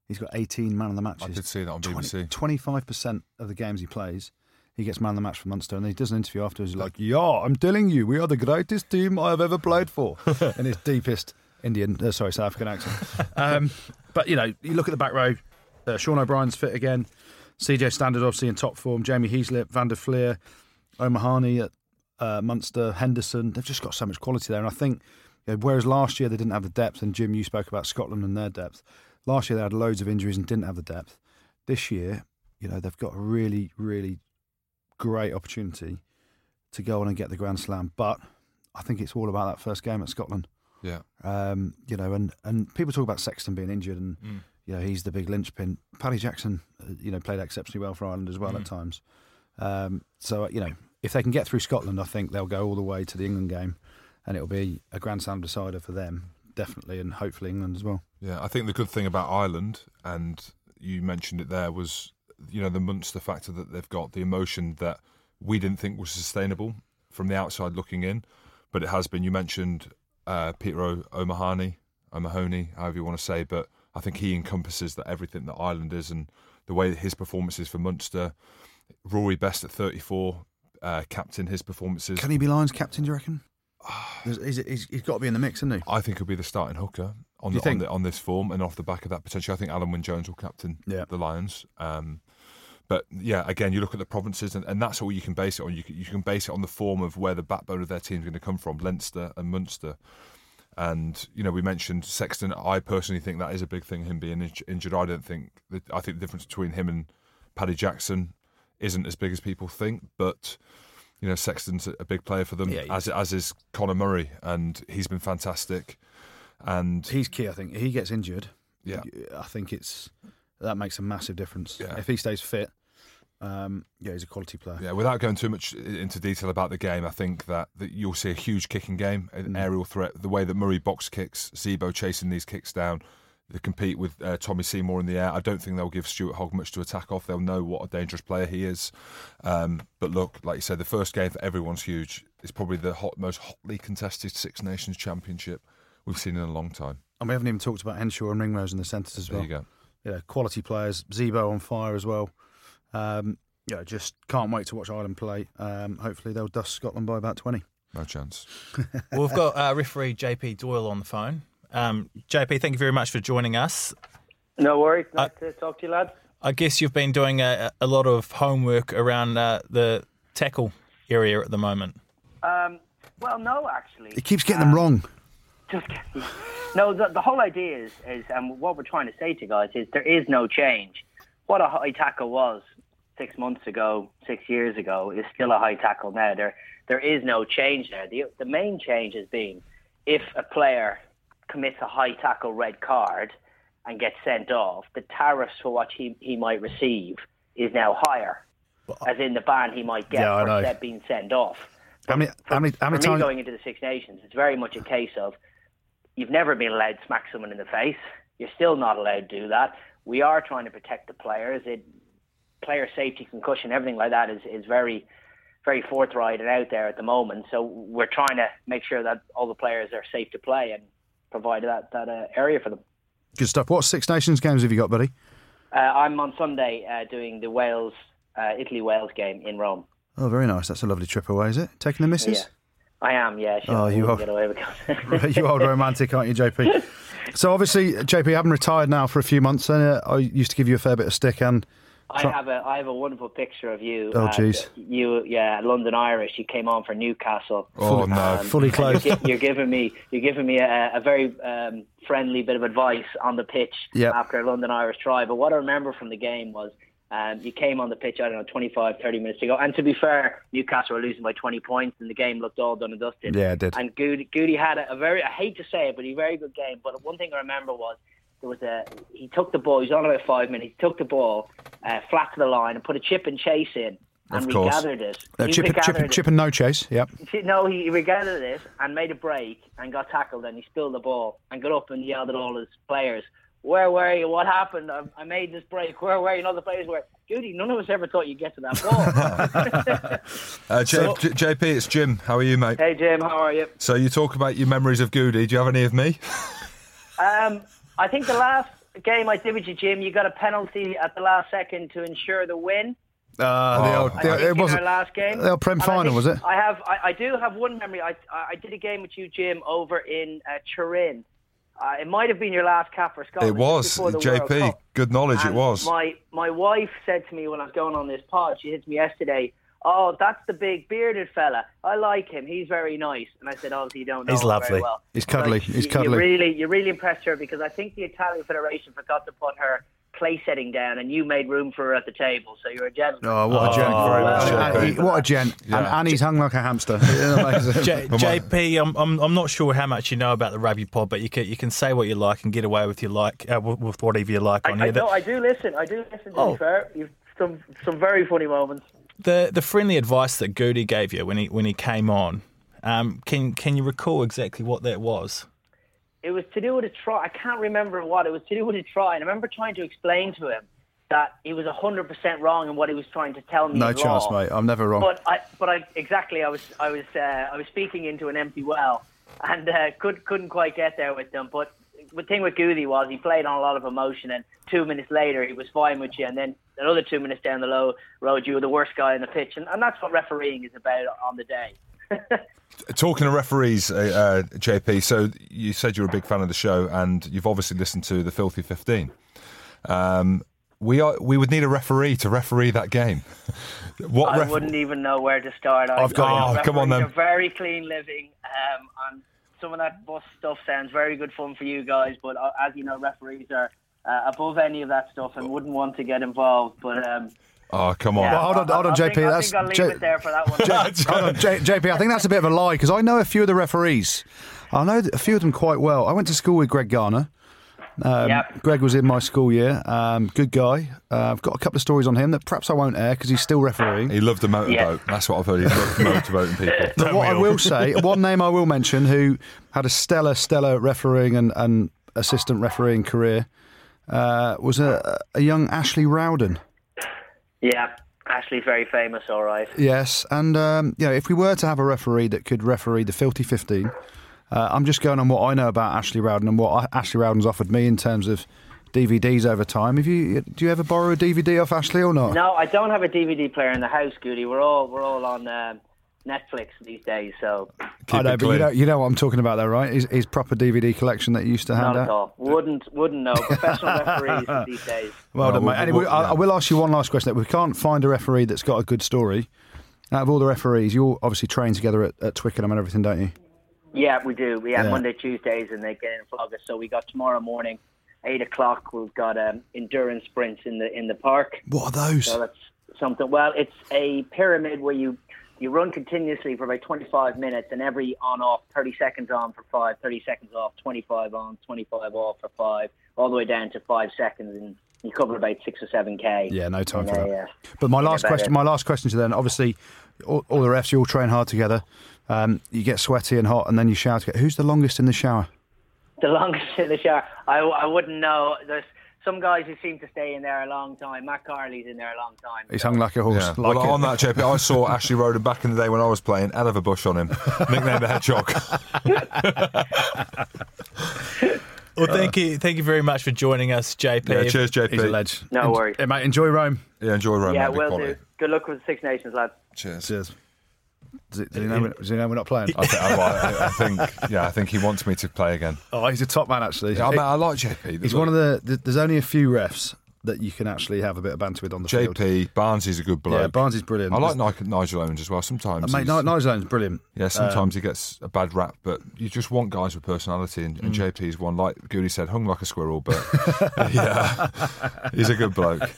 A: he's got 18 man of the matches.
B: I did see that on
A: 20
B: BBC.
A: 25% of the games he plays, he gets man of the match for Munster, and he does an interview afterwards. He's like, "Yeah, I'm telling you, we are the greatest team I have ever played for," in his deepest Indian, uh, sorry, South African accent. Um, but you know, you look at the back row. Uh, Sean O'Brien's fit again. CJ Standard obviously in top form. Jamie Heaslip, Van der Fleer, O'Mahony at uh, Munster, Henderson. They've just got so much quality there, and I think you know, whereas last year they didn't have the depth, and Jim, you spoke about Scotland and their depth. Last year they had loads of injuries and didn't have the depth. This year, you know, they've got a really, really great opportunity to go on and get the Grand Slam. But I think it's all about that first game at Scotland.
B: Yeah.
A: Um, you know, and, and people talk about Sexton being injured, and you know he's the big linchpin. Paddy Jackson, uh, you know, played exceptionally well for Ireland as well at times. Um, so uh, you know, if they can get through Scotland, I think they'll go all the way to the England game, and it'll be a Grand Slam decider for them, definitely, and hopefully England as well.
B: Yeah, I think the good thing about Ireland, and you mentioned it there, was you know the Munster factor that they've got, the emotion that we didn't think was sustainable from the outside looking in, but it has been. You mentioned uh, Peter o- O'Mahony, O'Mahony, however you want to say, but I think he encompasses that everything that Ireland is and the way that his performances for Munster. Rory Best at 34, uh, captain his performances.
A: Can he be Lions captain? Do you reckon? There's- He's, he's, he's got to be in the mix, isn't he?
B: I think he'll be the starting hooker on
A: You
B: the, on,
A: think?
B: the, on this form and off the back of that potentially. I think Alan Wynne Jones will captain
A: Yeah.
B: the Lions. Um, but yeah, again, you look at the provinces, and, and that's all you can base it on. You can, you can base it on the form of where the backbone of their team is going to come from Leinster and Munster. And you know, we mentioned Sexton. I personally think that is a big thing. Him being inj- injured, I don't think. That, I think the difference between him and Paddy Jackson isn't as big as people think. But you know, Sexton's a- a big player for them,
A: Yeah, he
B: as as is Connor Murray, and he's been fantastic. And
A: He's key, I think. If he gets injured,
B: Yeah.
A: I think it's that makes a massive difference.
B: Yeah.
A: If he stays fit, um, yeah, he's a quality player.
B: Yeah, without going too much i- into detail about the game, I think that, that you'll see a huge kicking game, an aerial threat. The way that Murray box kicks, Zebo chasing these kicks down, they compete with uh, Tommy Seymour in the air. I don't think they'll give Stuart Hogg much to attack off. They'll know what a dangerous player he is. Um, but look, like you said, the first game for everyone's huge. It's probably the hot, most hotly contested Six Nations Championship we've seen in a long time.
A: And we haven't even talked about Henshaw and Ringrose in the centres as
B: There
A: well.
B: you go.
A: You know, quality players. Zebo on fire as well. Um, yeah, just can't wait to watch Ireland play. Um, hopefully they'll dust Scotland by about twenty.
B: No chance.
C: well, we've got uh, referee JP Doyle on the phone. Um, JP, thank you very much for joining us.
E: No worries.
A: Uh,
E: Nice to talk to you, lads.
C: I guess you've been doing a, a lot of homework around uh, the tackle area at the moment.
E: Um, well, no, actually.
A: It keeps getting
E: Um,
A: them wrong.
E: Just kidding. No, the, the whole idea is, is, and what we're trying to say to you guys is there is no change. What a high tackle was six months ago, six years ago, is still a high tackle now. There, there is no change there. The, the main change has been if a player commits a high tackle red card and gets sent off, the tariffs for what he, he might receive is now higher, as in the ban he might get
A: Yeah, I know.
E: for said being sent off
A: How many? How many? How many
E: for me
A: times?
E: going into the Six Nations, it's very much a case of you've never been allowed to smack someone in the face. You're still not allowed to do that. We are trying to protect the players. It, player safety, concussion, everything like that is, is very, very forthright and out there at the moment. So we're trying to make sure that all the players are safe to play. And provide that that uh, area for them.
A: Good stuff. What Six Nations games have you got, buddy?
E: Uh, I'm on Sunday uh, doing the Wales uh, Italy Wales game in Rome.
A: Oh, very nice. That's a lovely trip away, is it? Taking the missus?
E: I am, yeah. Sure.
A: Oh, you
E: We'll
A: are-
E: get away with it.
A: you old romantic, aren't you, JP? So obviously, JP, I haven't retired now for a few months. And uh, I used to give you a fair bit of stick, and
E: I have a I have a wonderful picture of you.
A: Oh,
E: uh,
A: jeez.
E: You yeah, London Irish. You came on for Newcastle.
B: Oh, no.
A: fully
E: Um, and
A: clothed.
E: You're, gi- you're giving me you're giving me a, a very um, friendly bit of advice on the pitch
A: Yep.
E: after a London Irish try. But what I remember from the game was. Um, you came on the pitch, I don't know, 25, 30 minutes ago. And to be fair, Newcastle were losing by 20 points, and the game looked all done and dusted.
A: Yeah, it did.
E: And Goody, Goody had a, a very, I hate to say it, but a very good game. But one thing I remember was there was a, he took the ball, he was on about five minutes, he took the ball uh, flat to the line and put a chip and chase in. And
B: Of course.
E: regathered it.
A: Uh,
E: He
A: chip, chip,
E: regathered it.
A: chip and no chase. Yep.
E: He- No, he regathered it and made a break and got tackled and he spilled the ball and got up and yelled at all his players, "Where were you? What happened? I, I made this break. Where were you?" And all the players were, "Judy, none of us ever thought you'd get to that ball."
B: Uh, J- J- JP, it's Jim. How are you, mate?
E: hey Jim, how are you?
B: So you talk about your memories of Goody. Do you have any of me?
E: Um, I think the last game I did with you, Jim, you got a penalty at the last second to ensure the win.
A: Uh, the
B: Oh,
A: old,
B: I
A: the-
E: I think
A: it
E: in
A: wasn't.
E: our last game.
A: the old Prem
E: And I
A: final,
E: think
A: was it?
E: I have. I, I do have one memory. I I I did a game with you, Jim, over in uh, Turin. Uh, it might have been your last cap for Scotland.
B: It
E: just
B: was
E: before the World
B: JP.
E: Cup.
B: Good knowledge. It
E: And
B: was.
E: My my wife said to me when I was going on this pod, she hit me yesterday. Oh, that's the big bearded fella. I like him. He's very nice. And I said, obviously you don't know
C: He's
E: him
C: lovely.
E: Very well.
A: He's cuddly.
E: Like,
A: He's
E: you- you
A: cuddly.
E: really, you really impressed her because I think the Italian Federation forgot to put her play setting down, and you made room for her at the table. So you're a gentleman.
A: Oh, what a gent!
B: very much,
A: And- and
B: JP.
A: he- what a gent! And Annie's hung like a hamster.
C: J- JP, I'm, I'm I'm not sure how much you know about the rugby pod, but you can you can say what you like and get away with you like uh, with, with whatever you like
E: I,
C: on
E: I,
C: here. The-
E: no, I do listen. I do listen. To
C: Oh.
E: be fair, you've some some very funny moments.
C: the the friendly advice that Goody gave you when he when he came on, um, can can you recall exactly what that was?
E: It was to do with a try. I can't remember what it was to do with a try, and I remember trying to explain to him that he was hundred percent wrong in what he was trying to tell me.
A: no
E: in
A: chance,
E: law.
A: mate. I'm never wrong.
E: But I, but I exactly. I was, I was, uh, I was speaking into an empty well, and uh, could couldn't quite get there with them. But the thing with Goody was he played on a lot of emotion, and two minutes later he was fine with you, and then another two minutes down the low road you were the worst guy on the pitch, and, and that's what refereeing is about on the day.
B: Talking to referees, uh, uh, JP. So you said you're a big fan of the show, and you've obviously listened to the Filthy Fifteen. Um, we are. We would need a referee to referee that game. What
E: I
B: ref-
E: wouldn't even know where to start. I,
A: I've got
E: I-
B: it. Oh,
E: referees
B: come on then.
E: are very clean living, um, and some of that bus stuff sounds very good fun for you guys. But uh, as you know, referees are uh, above any of that stuff and wouldn't want to get involved. But um,
B: Oh, come on.
E: yeah,
A: hold on-
E: I-
A: hold on,
E: I
A: JP,
E: Think, I
A: that's-
E: think I'll leave
A: J-
E: it there for that one.
A: Hold on, J- JP, I think that's a bit of a lie because I know a few of the referees. I know a few of them quite well. I went to school with Greg Garner. Um,
E: Yep.
A: Greg was in my school year. Um, good guy. Uh, I've got a couple of stories on him that perhaps I won't air because he's still refereeing.
B: He loved the motorboat. That's what I've heard. He loved motorboating people.
A: But what I will say, one name I will mention who had a stellar, stellar refereeing and, and assistant refereeing career uh, was a, a young Ashley Rowden.
E: yeah, Ashley's very famous. All right.
A: Yes, and um, you know, if we were to have a referee that could referee the filthy fifteen, uh, I'm just going on what I know about Ashley Rowden and what I, Ashley Rowden's offered me in terms of DVDs over time. Have you? Do you ever borrow a DVD off Ashley or not?
E: No, I don't have a DVD player in the house, Goody. We're all we're all on um, Netflix these days, so
B: Keep
A: I know,
B: it
A: but you
B: clean.
A: know, you know what I'm talking about, though, right? His, his proper DVD collection that he used to hand
E: not
A: out.
E: at all. Wouldn't wouldn't know. Professional referees these days.
A: Well
B: No,
A: done,
B: we'll-
A: mate. Anyway,
B: we'll-
A: I,
B: Uh, yeah.
A: I will ask you one last question. If we can't find a referee that's got a good story, out of all the referees, you all obviously train together at, at Twickenham and everything, don't you?
E: Yeah, we do. We have
A: Yeah.
E: Monday, Tuesdays, and they get in and flog us. So we got tomorrow morning, eight o'clock. We've got um, endurance sprints in the in the park.
A: What are those?
E: So that's something. Well, it's a pyramid where you you run continuously for about 25 minutes, and every on off, 30 seconds on for five, 30 seconds off, 25 on, 25 off for five, all the way down to five seconds, and you cover about six or seven k.
A: Yeah, no time
E: And,
A: for
E: uh,
A: that.
E: yeah.
A: But my last
E: about
A: question,
E: it.
A: my last question to then, obviously, all, all the refs, you all train hard together. Um, you get sweaty and hot, and then you shower together. Who's the longest in the shower?
E: the longest in the shower. I, I wouldn't know. There's some guys who seem to stay in there a long time. Matt Carley's in there a long time.
A: He's hung like a horse.
B: Yeah.
A: Like
B: well,
A: it.
B: on that, JP, I saw Ashley Roden back in the day when I was playing. Hell of a bush on him. Nicknamed the Hedgehog.
C: Well, thank you, thank you very much for joining us, JP.
B: Yeah, cheers, JP.
A: He's a ledge.
E: No
A: En-
E: worries.
A: Hey, mate, enjoy Rome.
B: Yeah, enjoy Rome.
E: yeah,
B: mate, be
E: will
B: quality.
E: do. Good luck with the Six Nations, lads.
B: Cheers.
A: Says, does he, does he know we're, does he know we're not playing?
B: I, think, I, I think, yeah, I think he wants me to play again.
A: Oh, he's a top man, actually.
B: Yeah, I, mean, I like JP.
A: he's one of the, th There's only a few refs that you can actually have a bit of banter with on the field.
B: JP Barnes is a good bloke.
A: Yeah, Barnes is brilliant.
B: I like Ni- Nigel Owens as well. Sometimes,
A: Mate,
B: he's-
A: Ni- uh, Nigel Owen's brilliant.
B: yeah, sometimes he gets a bad rap, but you just want guys with personality, and,
A: Mm.
B: and JP is one. Like Goody said, hung like a squirrel, but yeah, he's a good bloke. And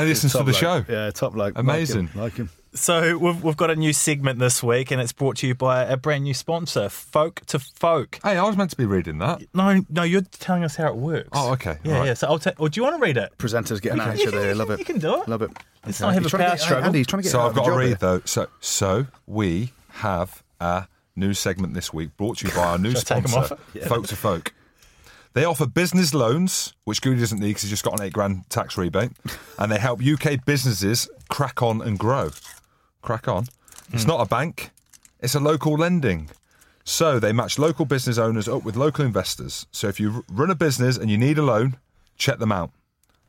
B: he listens to the
A: Top
B: show.
A: bloke. Yeah, top bloke. Like him,
B: Amazing.
A: Like him.
C: So we've, we've got a new segment this week, and it's brought to you by a brand new sponsor, Folk to Folk.
B: Hey, I was meant to be reading that.
C: No, no, you're telling us how it works.
B: Oh, okay,
C: Yeah,
B: right.
C: yeah. So I'll take. Or do you want to read it?
A: Presenters getting at each
C: You can-
A: other. I love it.
C: you can do it.
A: Love it.
C: Let's not have
A: He's
C: a
A: trying to
C: power
A: get-
C: struggle.
A: Andy, he's trying to get
B: So
A: out
B: I've
A: of a
B: got to
A: job
B: read
A: here.
B: though. So so we have a new segment this week brought to you by our new
C: Should I take 'em
B: sponsor,
C: off?
B: Folk to Folk. They offer business loans, which Goody doesn't need because he's just got an eight grand tax rebate, and they help UK businesses crack on and grow. Crack on.
C: Hmm.
B: It's not a bank; it's a local lending. So they match local business owners up with local investors. So if you r- run a business and you need a loan, check them out.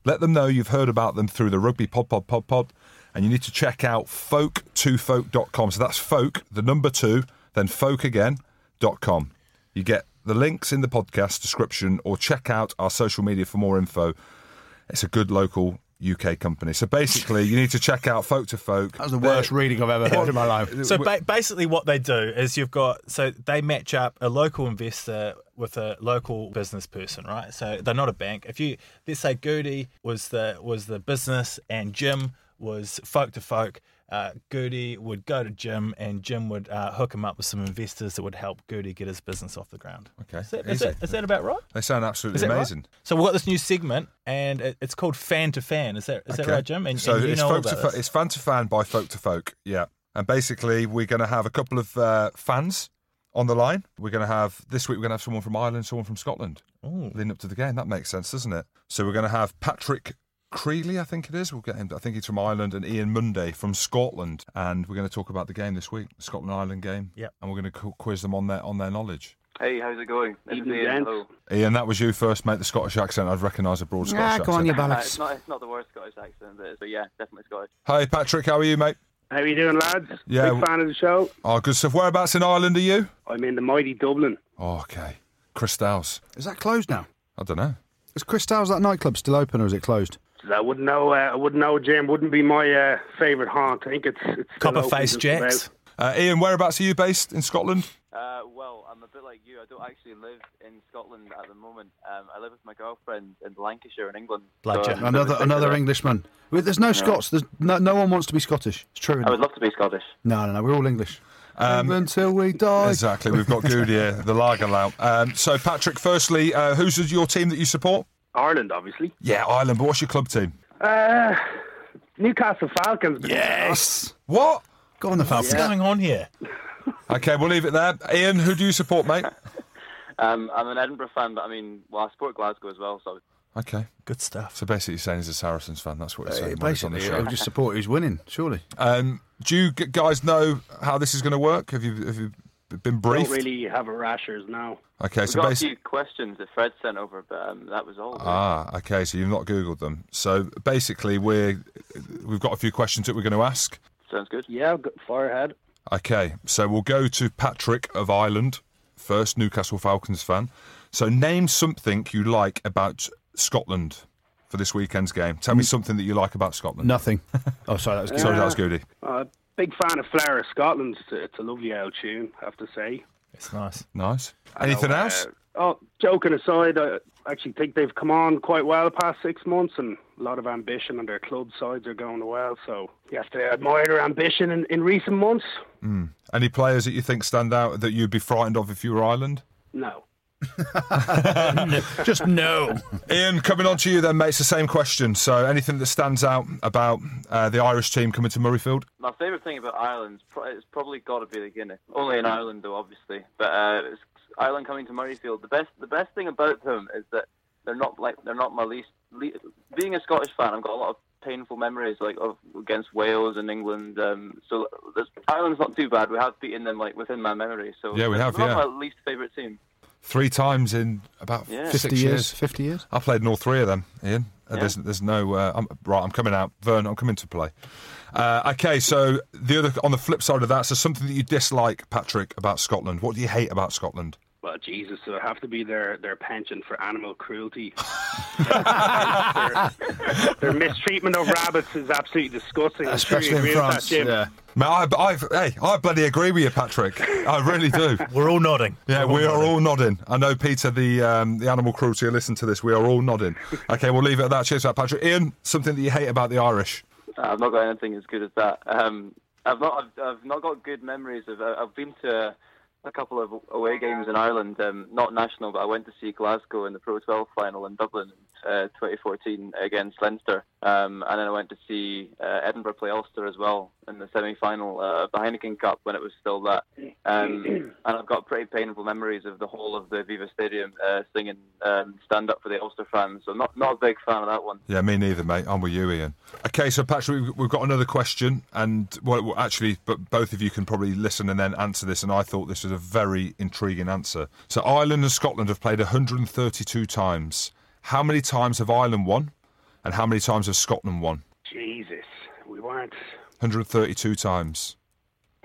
B: Let them know you've heard about them through the Rugby Pod Pod Pod Pod, and you need to check out folk2folk.com. So that's folk, the number two, then folk again, dot com. You get the links in the podcast description or check out our social media for more info. It's a good local UK company. So basically, you need to check out folk to folk.
A: That was the worst reading I've ever heard in my life.
C: So ba- basically, what they do is you've got so they match up a local investor with a local business person, right? So they're not a bank. If you let's say Goody was the was the business and Jim was folk to folk. Uh, Goody would go to Jim, and Jim would uh, hook him up with some investors that would help Goody get his business off the ground.
B: Okay,
C: is that, is
B: easy.
C: that, is that about right?
B: They sound absolutely
C: Is that right?
B: amazing.
C: So we've got this new segment, and it, it's called Fan to Fan. Is that is that
B: Okay.
C: right, Jim? And,
B: so
C: and you
B: it's
C: know all
B: folk to
C: about
B: fo-
C: this.
B: it's fan to fan by folk to folk. Yeah, and basically we're going to have a couple of uh, fans on the line. We're going to have this week. We're going to have someone from Ireland, someone from Scotland. Leading up to the game, that makes sense, doesn't it? So we're going to have Patrick. Creeley, I think it is. We'll get him. I think he's from Ireland, and Ian Monday from Scotland. And we're going to talk about the game this week, Scotland Ireland game.
C: Yep.
B: And we're going to cu- quiz them on their on their knowledge.
F: Hey, how's it going? This is
E: Evening,
F: Ian,
E: gents.
F: hello.
B: Ian, that was you first, mate. The Scottish accent. I'd recognise a broad Scottish
A: Ah,
B: accent.
A: go on, you
F: Uh, it's,
A: bollocks.
F: not, it's not the worst Scottish accent, but, but yeah, definitely Scottish.
B: Hey, Patrick, how are you, mate?
G: How you doing, lads?
B: Yeah, w-
G: Big fan of the show.
B: Oh, good stuff. Whereabouts in Ireland are you?
G: I'm in the mighty Dublin.
B: Oh, okay. Christals.
A: Is that closed now?
B: I don't know.
A: Is Cristal's that nightclub still open or is it closed?
G: I wouldn't know. Uh, I wouldn't know. Jim wouldn't be my uh, favourite haunt. I think it's it's still
C: Copper
G: open
C: Face
G: just
C: Jacks.
G: about.
B: Uh, Ian, whereabouts are you based in Scotland?
F: Uh, well, I'm a bit like you. I don't actually live in Scotland at the moment. Um, I live with my girlfriend in Lancashire, in England.
C: Blood
F: So
C: yeah.
F: I'm
A: Another
F: a bit
A: another
F: like-
A: Englishman. Well, There's no Scots. There's no, no one wants to be Scottish. It's true.
F: I
A: Enough.
F: would love to be Scottish.
A: No, no, no. We're all English.
B: Um,
A: England till we die.
B: Exactly. We've got Good here, the Lager Lout. Um, so, Patrick, firstly, uh, who's your team that you support?
G: Ireland, obviously.
B: Yeah, Ireland. But what's your club team?
G: Uh, Newcastle Falcons.
A: Yes.
B: What?
A: Go on, the Falcons.
C: What's going on here?
B: Okay, we'll leave it there. Ian, who do you support, mate?
F: Um, I'm an Edinburgh fan, but I mean, well, I support Glasgow as well, so
B: Okay.
C: Good stuff.
B: So basically, he's saying he's a Saracens fan. That's what he's saying. when he's on the
A: Basically,
B: show.
A: we'll just support who's winning. Surely.
B: Um, do you g- guys know how this is going to work? Have you have you been
G: Don't
B: briefed?
G: really have a rashers now.
B: Okay,
F: we've
B: so
F: got a
B: basically.
F: few questions that Fred sent over, but um, that was all.
B: Ah, okay. So you've not googled them. So basically, we're we've got a few questions that we're going to ask.
F: Sounds good.
G: Yeah, go- far ahead.
B: Okay, so we'll go to Patrick of Ireland, first Newcastle Falcons fan. So name something you like about Scotland for this weekend's game. Tell me something that you like about Scotland.
A: Nothing. Oh, sorry. That was.
B: Sorry, that was Goody.
G: Uh, big fan of Flair of Scotland. It's a, it's a lovely old tune, I have to say.
C: It's nice.
B: Nice. Anything
G: So, uh,
B: else?
G: Oh, joking aside, I actually think they've come on quite well the past six months, and a lot of ambition on their club sides are going well. So you have to admire their ambition in, in recent months.
B: Any players that you think stand out that you'd be frightened of if you were Ireland?
G: No.
A: Just no.
B: Ian, coming on to you then, mate. It's the same question. So anything that stands out about uh, the Irish team coming to Murrayfield?
F: My favourite thing about Ireland's pro- it's probably got to be the Guinness. Only in Ireland, though, obviously. But uh, it's Ireland coming to Murrayfield. The best, the best thing about them is that they're not like they're not my least. Le- being a Scottish fan, I've got a lot of painful memories like of against Wales and England. Um, so this, Ireland's not too bad. We have beaten them like within my memory. So
B: Yeah, we
F: they're
B: have,
F: Not
B: yeah.
F: my least favourite team.
B: three times in about
F: Yeah.
B: six
A: 50
B: years.
A: years. 50 years?
B: I played in all three of them, Ian. Uh,
F: Yeah.
B: There's, there's no uh, I'm, right. I'm coming out, Vern. I'm coming to play. Uh, okay, so the other on the flip side of that, so something that you dislike, Patrick, about Scotland. What do you hate about Scotland?
G: Well, Jesus, so it have to be their their penchant for animal cruelty. their, their mistreatment of rabbits is absolutely disgusting. I'm sure
A: Especially in
G: you agree with
A: France.
G: that, Jim.
A: yeah.
B: Man, I, I've, hey, I bloody agree with you, Patrick. I really do.
C: We're all nodding.
B: Yeah, we are all nodding. I know, Peter, the um, the animal cruelty. Listen to this. We are all nodding. Okay, we'll leave it at that. Cheers, for that, Patrick. Ian, something that you hate about the Irish?
F: I've not got anything as good as that. Um, I've not. I've, I've not got good memories of. I- I've been to a couple of away games in Ireland, um, not national, but I went to see Glasgow in the Pro 12 final in Dublin, uh, 2014 against Leinster, um, and then I went to see uh, Edinburgh play Ulster as well in the semi-final uh, of the Heineken Cup when it was still that. Um, and I've got pretty painful memories of the whole of the Viva Stadium uh, singing um, "Stand Up for the Ulster Fans." So not not a big fan of that one.
B: Yeah, me neither, mate. I'm with you, Ian. Okay, so Patrick, we've- we've got another question, and well, well, actually, but both of you can probably listen and then answer this. And I thought this was a very intriguing answer. So Ireland and Scotland have played 132 times. How many times have Ireland won, and how many times have Scotland won?
G: Jesus, we weren't
B: 132 times.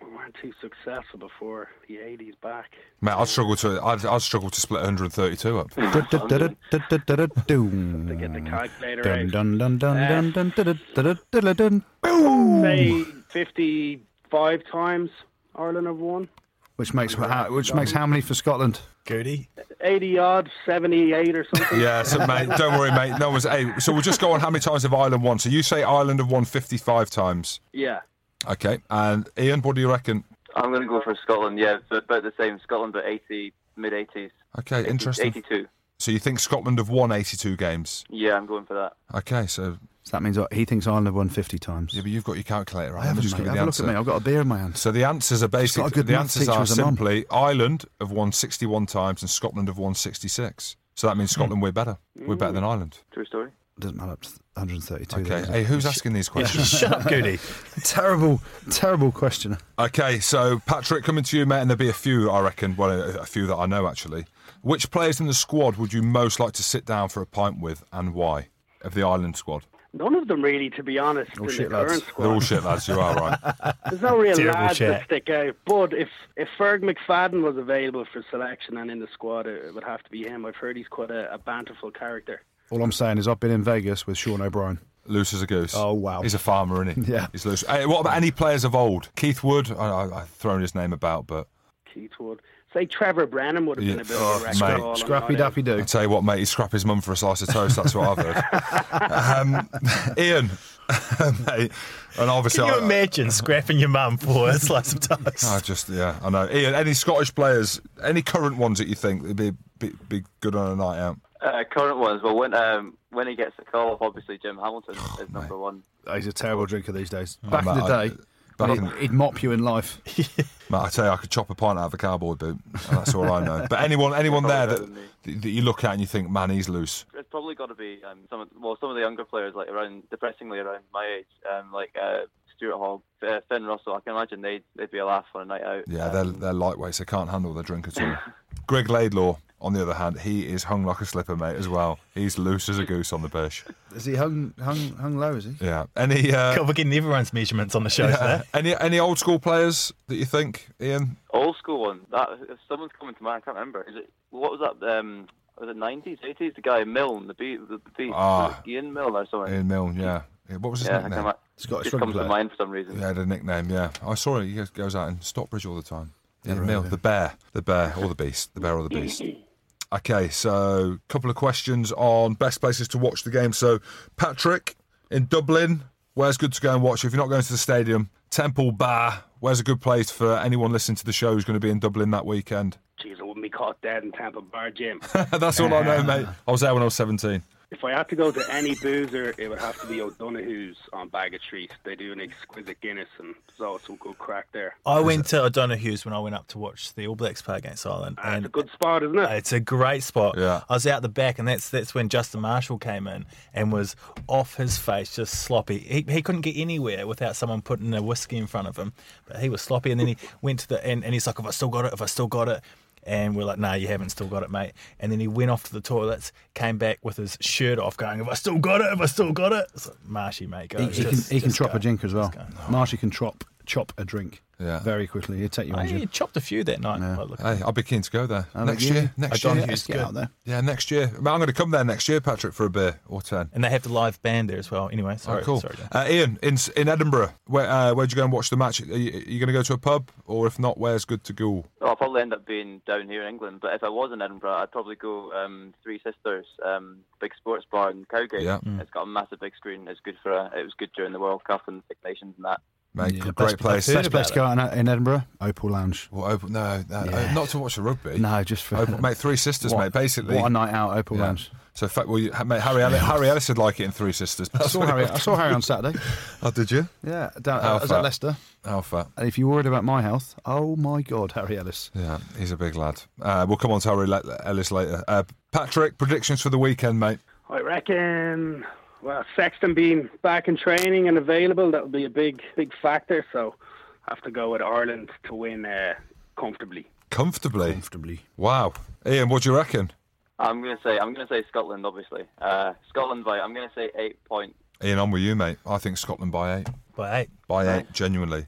G: we weren't too successful before the '80s back.
B: Mate, I'd struggle to. I'd, I'd struggle to split 132 up.
G: To get
B: Mm.
G: the
A: Dun,
G: calculator out,
A: dun, dun, dun, dun, dun, dun, dun, dun, dun, dun.
G: say 55 times Ireland have won.
A: Which makes how- which makes how many for Scotland?
C: Goody.
G: 80 odd, 78 or something.
B: Yeah, so mate, don't worry, mate. No one's. Hey, so we'll just go on how many times have Ireland won. So you say Ireland have won 55 times.
G: yeah.
B: Okay, and Ian, what do you reckon?
F: I'm going to go for Scotland. Yeah, so about the same. Scotland, but 80, mid 80s.
B: Okay,
F: 80,
B: interesting.
F: 82.
B: So you think Scotland have won 82 games?
F: Yeah, I'm going for that.
B: Okay, so
A: So that means uh, he thinks Ireland have won 50 times.
B: yeah, but you've got your calculator. Right?
A: I haven't,
B: just
A: mate.
B: give
A: Have
B: you the
A: a look
B: answer.
A: at me. I've got a beer in my hand.
B: So the answers are
A: got
B: basically
A: a good
B: the
A: maths
B: answers
A: teacher
B: are
A: as a mum.
B: simply Ireland have won 61 times and Scotland have won 66. So that means
A: Hmm.
B: Scotland we're better. We're better than Ireland.
F: True story.
A: Doesn't matter up to 132.
B: Okay.
A: though,
B: Hey,
A: does
B: who's asking these questions?
C: Shut up, Goody.
A: it? terrible, terrible question.
B: Okay, so Patrick, coming to you, mate, and there'll be a few, I reckon. Well, a, a few that I know actually. Which players in the squad would you most like to sit down for a pint with, and why? Of the Ireland squad,
G: None of them really, to be honest, in
A: shit,
G: the current
A: lads.
G: squad.
B: they're all shit lads. You are right.
G: There's no real
C: Terrible
G: lads
C: chat.
G: that stick out. But if, if Ferg McFadden was available for selection and in the squad, it would have to be him. I've heard he's quite a, a banterful character.
A: All I'm saying is I've been in Vegas with Sean O'Brien.
B: Loose as a goose.
A: Oh, wow.
B: he's a farmer, isn't he?
A: Yeah.
B: he's loose. Hey, what about any players of old? Keith Wood. I, I, I've thrown his name about, but
G: Keith would. Say Trevor Brennan would have been
B: Yeah.
G: a bit
B: Oh,
G: of a record.
B: mate.
G: all on
A: Scrappy
G: that end.
A: Dappy
B: I
A: Doo.
B: tell you what, mate, he'd scrap his mum for a slice of toast. That's what I've heard. um, Ian, mate, and obviously,
C: Can you
B: I-
C: imagine scrapping your mum for a slice of
B: I
C: toast?
B: just yeah, I know. Ian, any Scottish players, any current ones that you think would be, be be good on a night out?
F: Uh, current ones. Well, when um, when he gets the call up, obviously Jim Hamilton
B: Oh,
F: is number one.
A: He's a terrible drinker these days. Back
B: mate,
A: in the
B: I-
A: day,
B: back
A: he'd,
B: in-
A: he'd mop you in life.
B: Mate, I tell you, I could chop a pint out of a cowboy boot. and That's all I know. But anyone, anyone there that
F: Probably
B: that you look at and you think, man, he's loose.
F: It's probably got to be um, some of well some of the younger players like around depressingly around my age, um, like uh, Stuart Hogg, uh, Finn Russell. I can imagine they'd they'd be a laugh on a night out.
B: Yeah, they're
F: Um,
B: they're lightweights. They can't handle their drink at all. Greg Laidlaw, on the other hand, he is hung like a slipper, mate, as well. He's loose as a goose on the pitch.
A: Is he hung, hung, hung low, is he?
B: Yeah. Any uh,
C: God, we're getting everyone's measurements on the show today.
B: any any old school players that you think, Ian?
F: old school one. That if someone's coming to mind. I can't remember. Is it what was that? Um, was it nineties, eighties? The guy Milne, the beat, the beat,
B: Ah.
F: Ian Milne or something.
B: Ian Milne, yeah. Yeah, What was his
F: yeah, I
B: nickname?
F: can't. remember.
A: Scottish
F: Just
A: rugby
F: comes
A: player.
F: to mind for some reason.
B: He had a nickname, yeah. I saw it. He goes- goes out in Stockbridge all the time. Yeah,
A: right,
B: Mill,
A: yeah.
B: the bear, the bear, or the beast, the bear or the beast. Okay, so couple of questions on best places to watch the game. So, Patrick in Dublin, where's good to go and watch? If you're not going to the stadium, Temple Bar, where's a good place for anyone listening to the show who's going to be in Dublin that weekend?
G: Jeez, I wouldn't be caught dead in Tampa Bar, Jim.
B: That's all I know, mate. I was there when I was 17.
G: If I had to go to any boozer, it would have to be O'Donoghue's on Bagot Street. They do an exquisite Guinness, and there's always some good crack there.
C: I went to O'Donoghue's when I went up to watch the All Blacks play against Ireland.
G: That's
C: and
G: Ah, a good spot, isn't it?
C: It's a great spot.
B: Yeah.
C: I was out the back, and that's that's when Justin Marshall came in and was off his face, just sloppy. He, he couldn't get anywhere without someone putting a whiskey in front of him, but he was sloppy. And then he went to the and, and he's like, "If I still got it, if I still got it." And we're like, nah, you haven't still got it, mate. And then he went off to the toilets, came back with his shirt off, going, have I still got it? Have I still got it? It's like, Marshy, mate. Go.
A: He, he can,
C: Just-
A: he can
C: just
A: chop
C: go.
A: a drink as well.
C: Just go.
A: Marshy can chop chop a drink
B: Yeah.
A: very quickly. He'll take you on.
C: Hey, you
A: Jim.
C: chopped a few that night.
A: Yeah.
C: by the look of it.
B: Hey, I'll be keen to go there
A: I
B: next
A: think, yeah.
B: year. Next
A: I don't
B: year,
A: think
B: It's
A: it's get
B: good.
A: out there.
B: Yeah, next year. Man, I'm going to come there next year, Patrick, for a beer or ten.
C: And they have the live band there as well. Anyway, sorry.
B: oh, cool.
C: sorry Dan.
B: uh, Ian, in in Edinburgh, where uh, where'd you go and watch the match? Are you, are you going to go to a pub, or if not, where's good to go?
F: Well, I'll probably end up being down here in England, but if I was in Edinburgh, I'd probably go um, Three Sisters, um, big sports bar in Cowgate.
B: Yeah.
A: Mm.
F: It's got a massive big screen. It's good for a, it was good during the World Cup and Six Nations and that.
B: Mate,
A: Yeah,
B: good-
A: best-
B: great place.
A: Best place to go out in, in Edinburgh, Opal Lounge.
B: Well, open, no, no,
A: Yeah.
B: uh, not to watch the rugby.
A: No, just for
B: Open- mate, Three Sisters,
A: What-
B: mate. Basically,
A: What a night out, Opal
B: Yeah.
A: Lounge.
B: So, fact, well, you, mate, Harry Ellis, Harry Ellis would like it in Three Sisters.
A: I saw Harry. I saw Harry on Saturday.
B: Oh, did you?
A: Yeah, down,
B: How
A: I was at
B: fat?
A: Leicester.
B: How fat?
A: And if you're worried about my health, oh my God, Harry Ellis.
B: Yeah, he's a big lad. Uh, we'll come on to Harry Le- Ellis later. Uh, Patrick, predictions for the weekend, mate.
G: I reckon. Well, Sexton being back in training and available, that would be a big, big factor. So, I have to go with Ireland to win uh, comfortably.
B: Comfortably.
A: Comfortably.
B: wow. Ian, what do you reckon?
F: I'm gonna say I'm gonna say Scotland, obviously. Uh, Scotland by I'm gonna say eight point.
B: Ian, I'm with you, mate. I think Scotland by eight.
C: But hey,
B: By eight, genuinely.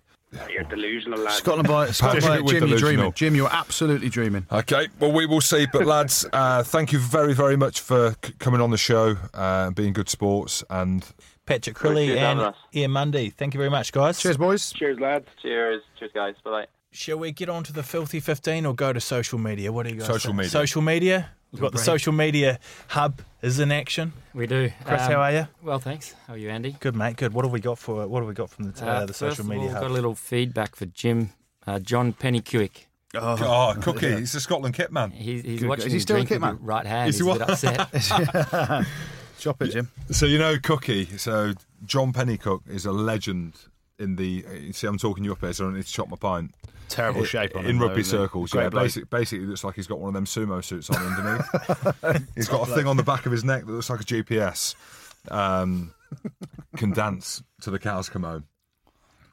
G: You're delusional, lad.
A: Scotland by Scotland by
B: Patrick with
A: Jim, you're
B: delusional.
A: dreaming. Jim, you're absolutely dreaming.
B: Okay, well, we will see. But, lads, uh, thank you very, very much for c- coming on the show, uh, being good sports. And
C: Patrick
F: Appreciate
C: Crilly
F: having
C: and
F: us.
C: Ian Mundy. Thank you very much, guys.
A: Cheers, boys.
G: Cheers, lads.
F: Cheers, cheers, guys. Bye bye.
C: Shall we get on to the filthy fifteen or go to social media? What do you guys?
B: Social
C: think?
B: media.
C: Social media. We've got the social media hub is in action.
H: We do.
C: Chris,
H: Um,
C: how are you?
H: Well, thanks. How are you, Andy?
C: Good mate. Good. What have we got for what have we got from the, uh, the
H: first
C: social
H: of
C: media
H: all,
C: hub?
H: got a little feedback for Jim, uh, John Pennycuick.
B: oh, Cookie, he's a Scotland kit man.
H: He, he's
A: Good
H: watching
A: guy. Is he
H: his
A: still a
H: drink
A: kid,
H: with his
A: man?
H: right hand.
B: Is he
H: he's a bit
B: what?
H: upset.
A: Chop it, Jim.
B: So you know Cookie. So John Pennycook is a legend in the. you See, I'm talking you up here, so I don't need to chop my pint.
A: Terrible shape on
B: in
A: him, though,
B: rugby
A: isn't he?
B: circles.
A: Great
B: yeah,
A: bloke.
B: basic, basically looks like he's got one of them sumo suits on underneath. he's got a thing on the back of his neck that looks like a GPS. Um, can dance till the cows come home.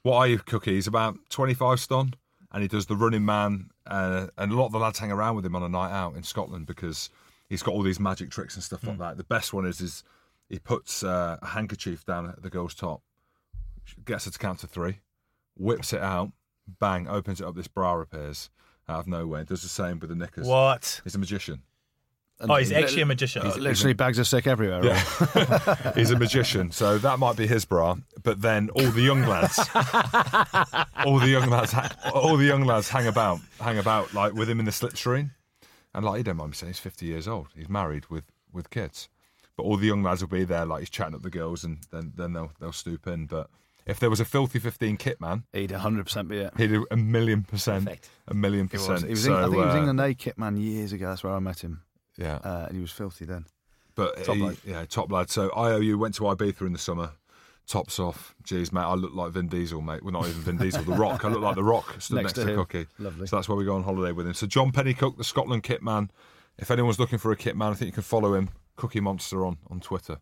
B: What are you, Cookie? He's about 25 stone, and he does the running man. Uh, and a lot of the lads hang around with him on a night out in Scotland because he's got all these magic tricks and stuff like that. The best one is is he puts uh, a handkerchief down at the girl's top, gets her to count to three, whips it out, bang, opens it up. This bra appears out of nowhere. Does the same with the knickers.
C: What?
B: He's a magician.
A: And
C: Oh, he's
A: li-
C: actually a magician.
A: Literally bags of sick everywhere. right?
B: He's a magician, so that might be his bra. But then all the young lads, all the young lads, ha- all the young lads hang about, hang about like with him in the slipstream, and like you don't mind me saying, he's fifty years old. He's married with with kids, but all the young lads will be there, like he's chatting up the girls, and then then they'll they'll stoop in. But if there was a filthy fifteen kit man,
A: He'd 100% be it.
B: he'd do a million percent,
H: Perfect.
B: a million
A: He was.
B: percent.
A: He was
B: so,
A: in, I think he was
B: uh,
A: England A kit man years ago. That's where I met him.
B: Yeah,
A: Uh, and he was filthy then.
B: But
A: Top
B: he-
A: lad.
B: yeah, top lad. So IOU went to Ibiza in the summer. Tops off. Jeez, mate, I look like Vin Diesel, mate. Well, not even Vin Diesel, The Rock. I look like The Rock stood next,
A: Next to
B: to,
A: him.
B: Cookie.
A: Lovely.
B: So that's where we go on holiday with him. So John Pennycook, the Scotland kit man. If anyone's looking for a kit man, I think you can follow him, Cookie Monster, on, on Twitter.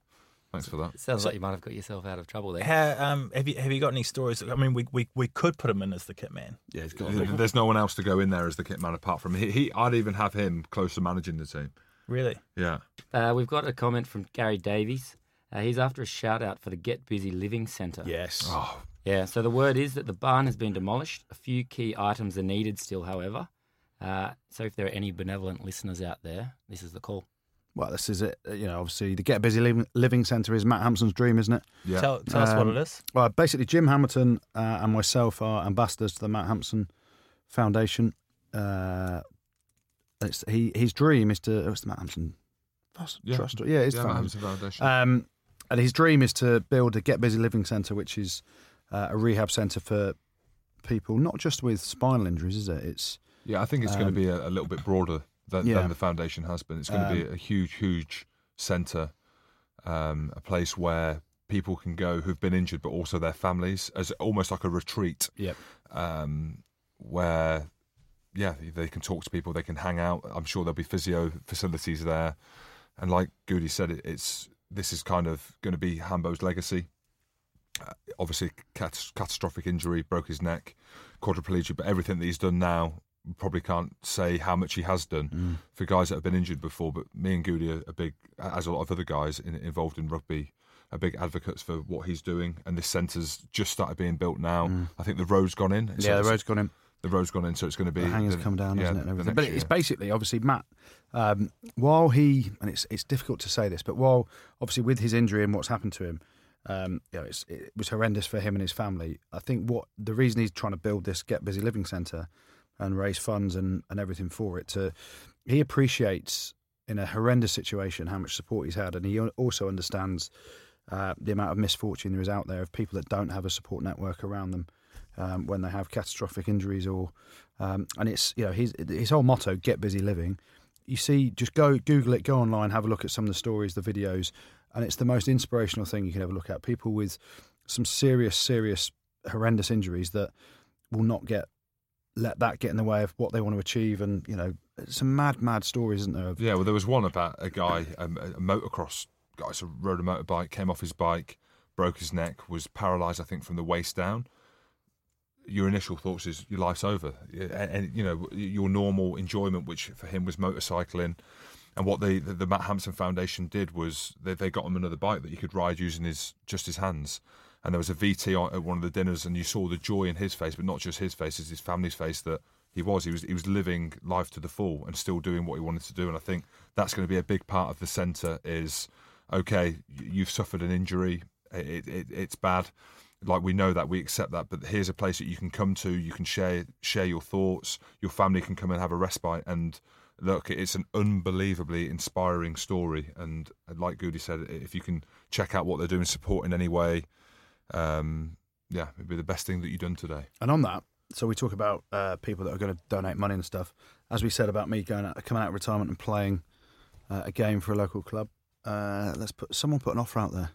B: Thanks for that.
H: Sounds like you might have got yourself out of trouble there.
C: How, um, have you have you got any stories? I mean, we, we, we could put him in as the kit man.
B: Yeah, he's got There's no one else to go in there as the kit man apart from he, he. I'd even have him close to managing the team.
C: Really?
B: Yeah.
H: Uh, we've got a comment from Gary Davies. Uh, he's after a shout out for the Get Busy Living Centre.
A: Yes.
C: Oh.
H: Yeah, so the word is that the barn has been demolished. A few key items are needed still, however. Uh, so if there are any benevolent listeners out there, this is the call.
A: Well, this is it. uh, You know, obviously, the Get Busy Living, living Centre is Matt Hampson's dream, isn't it?
B: Yeah.
C: Tell, tell us what
A: Um,
C: it is.
A: Well, basically, Jim Hamilton uh, and myself are ambassadors to the Matt Hampson Foundation. Uh, it's, he his dream is to. Oh, it's the Matt Hampson Trust.
B: Yeah.
A: Trust- yeah, it's
B: yeah,
A: the Matt
B: Adams
A: Hampson.
B: and validation.
A: Um, and his dream is to build a Get Busy Living Centre, which is uh, a rehab centre for people not just with spinal injuries, is it? It's
B: Yeah, I think it's going
A: Um,
B: to be a, a little bit broader than,
A: Yeah. Um,
B: than the foundation has been. It's going to be a huge, huge centre, um, a place where people can go who've been injured, but also their families, as almost like a retreat
A: yep.
B: um, where, yeah, they can talk to people, they can hang out. I'm sure there'll be physio facilities there, and like Goody said, it, it's this is kind of going to be Hambo's legacy. Uh, obviously, cat- catastrophic injury, broke his neck, quadriplegic, but everything that he's done now probably can't say how much he has done
A: Mm.
B: for guys that have been injured before. But me and Goody are a big, as a lot of other guys in, involved in rugby, are big advocates for what he's doing. And this centre's just started being built now. I think the road's gone in. It's-
A: Mm. yeah, the
B: it's-
A: road's gone in.
B: the road's gone in, so it's going to be
A: the hangers
B: the-
A: come down,
B: yeah,
A: isn't it? and
B: the
A: everything?
B: next
A: But it's
B: year.
A: basically obviously Matt. Um, while he and it's it's difficult to say this, but while obviously with his injury and what's happened to him, um, you know, it's, it was horrendous for him and his family. I think what the reason he's trying to build this Get Busy Living Centre and raise funds and and everything for it to he appreciates in a horrendous situation how much support he's had, and he also understands uh, the amount of misfortune there is out there of people that don't have a support network around them um, when they have catastrophic injuries or um, and it's you know his his whole motto get busy living you see just go google it go online have a look at some of the stories the videos and it's the most inspirational thing you can ever look at people with some serious serious horrendous injuries that will not get let that get in the way of what they want to achieve and you know some mad mad stories isn't there of
B: Yeah, well, there was one about a guy, um, a a motocross guy, so rode a motorbike, came off his bike, broke his neck, was paralysed, I think, from the waist down. Your initial thoughts is your life's over, Yeah, and, and you know your normal enjoyment, which for him was motorcycling. And what they, the, the Matt Hampson Foundation did was they, they got him another bike that he could ride using his just his hands. And there was a VT on- at one of the dinners, and you saw the joy in his face, but not just his face, it's his family's face that he was. He was he was living life to the full and still doing what he wanted to do. And I think that's going to be a big part of the centre is okay, y- you've suffered an injury, it, it, it's bad. Like we know that we accept that, but here's a place that you can come to. You can share share your thoughts. Your family can come and have a respite and look, it's an unbelievably inspiring story. And uh, like Goody said, if you can check out what they're doing, support in any way, um, yeah, it'd be the best thing that you've done today.
A: And on that, so we talk about uh, people that are going to donate money and stuff. As we said about me going out, coming out of retirement and playing uh, a game for a local club. Uh, let's put someone put an offer out there.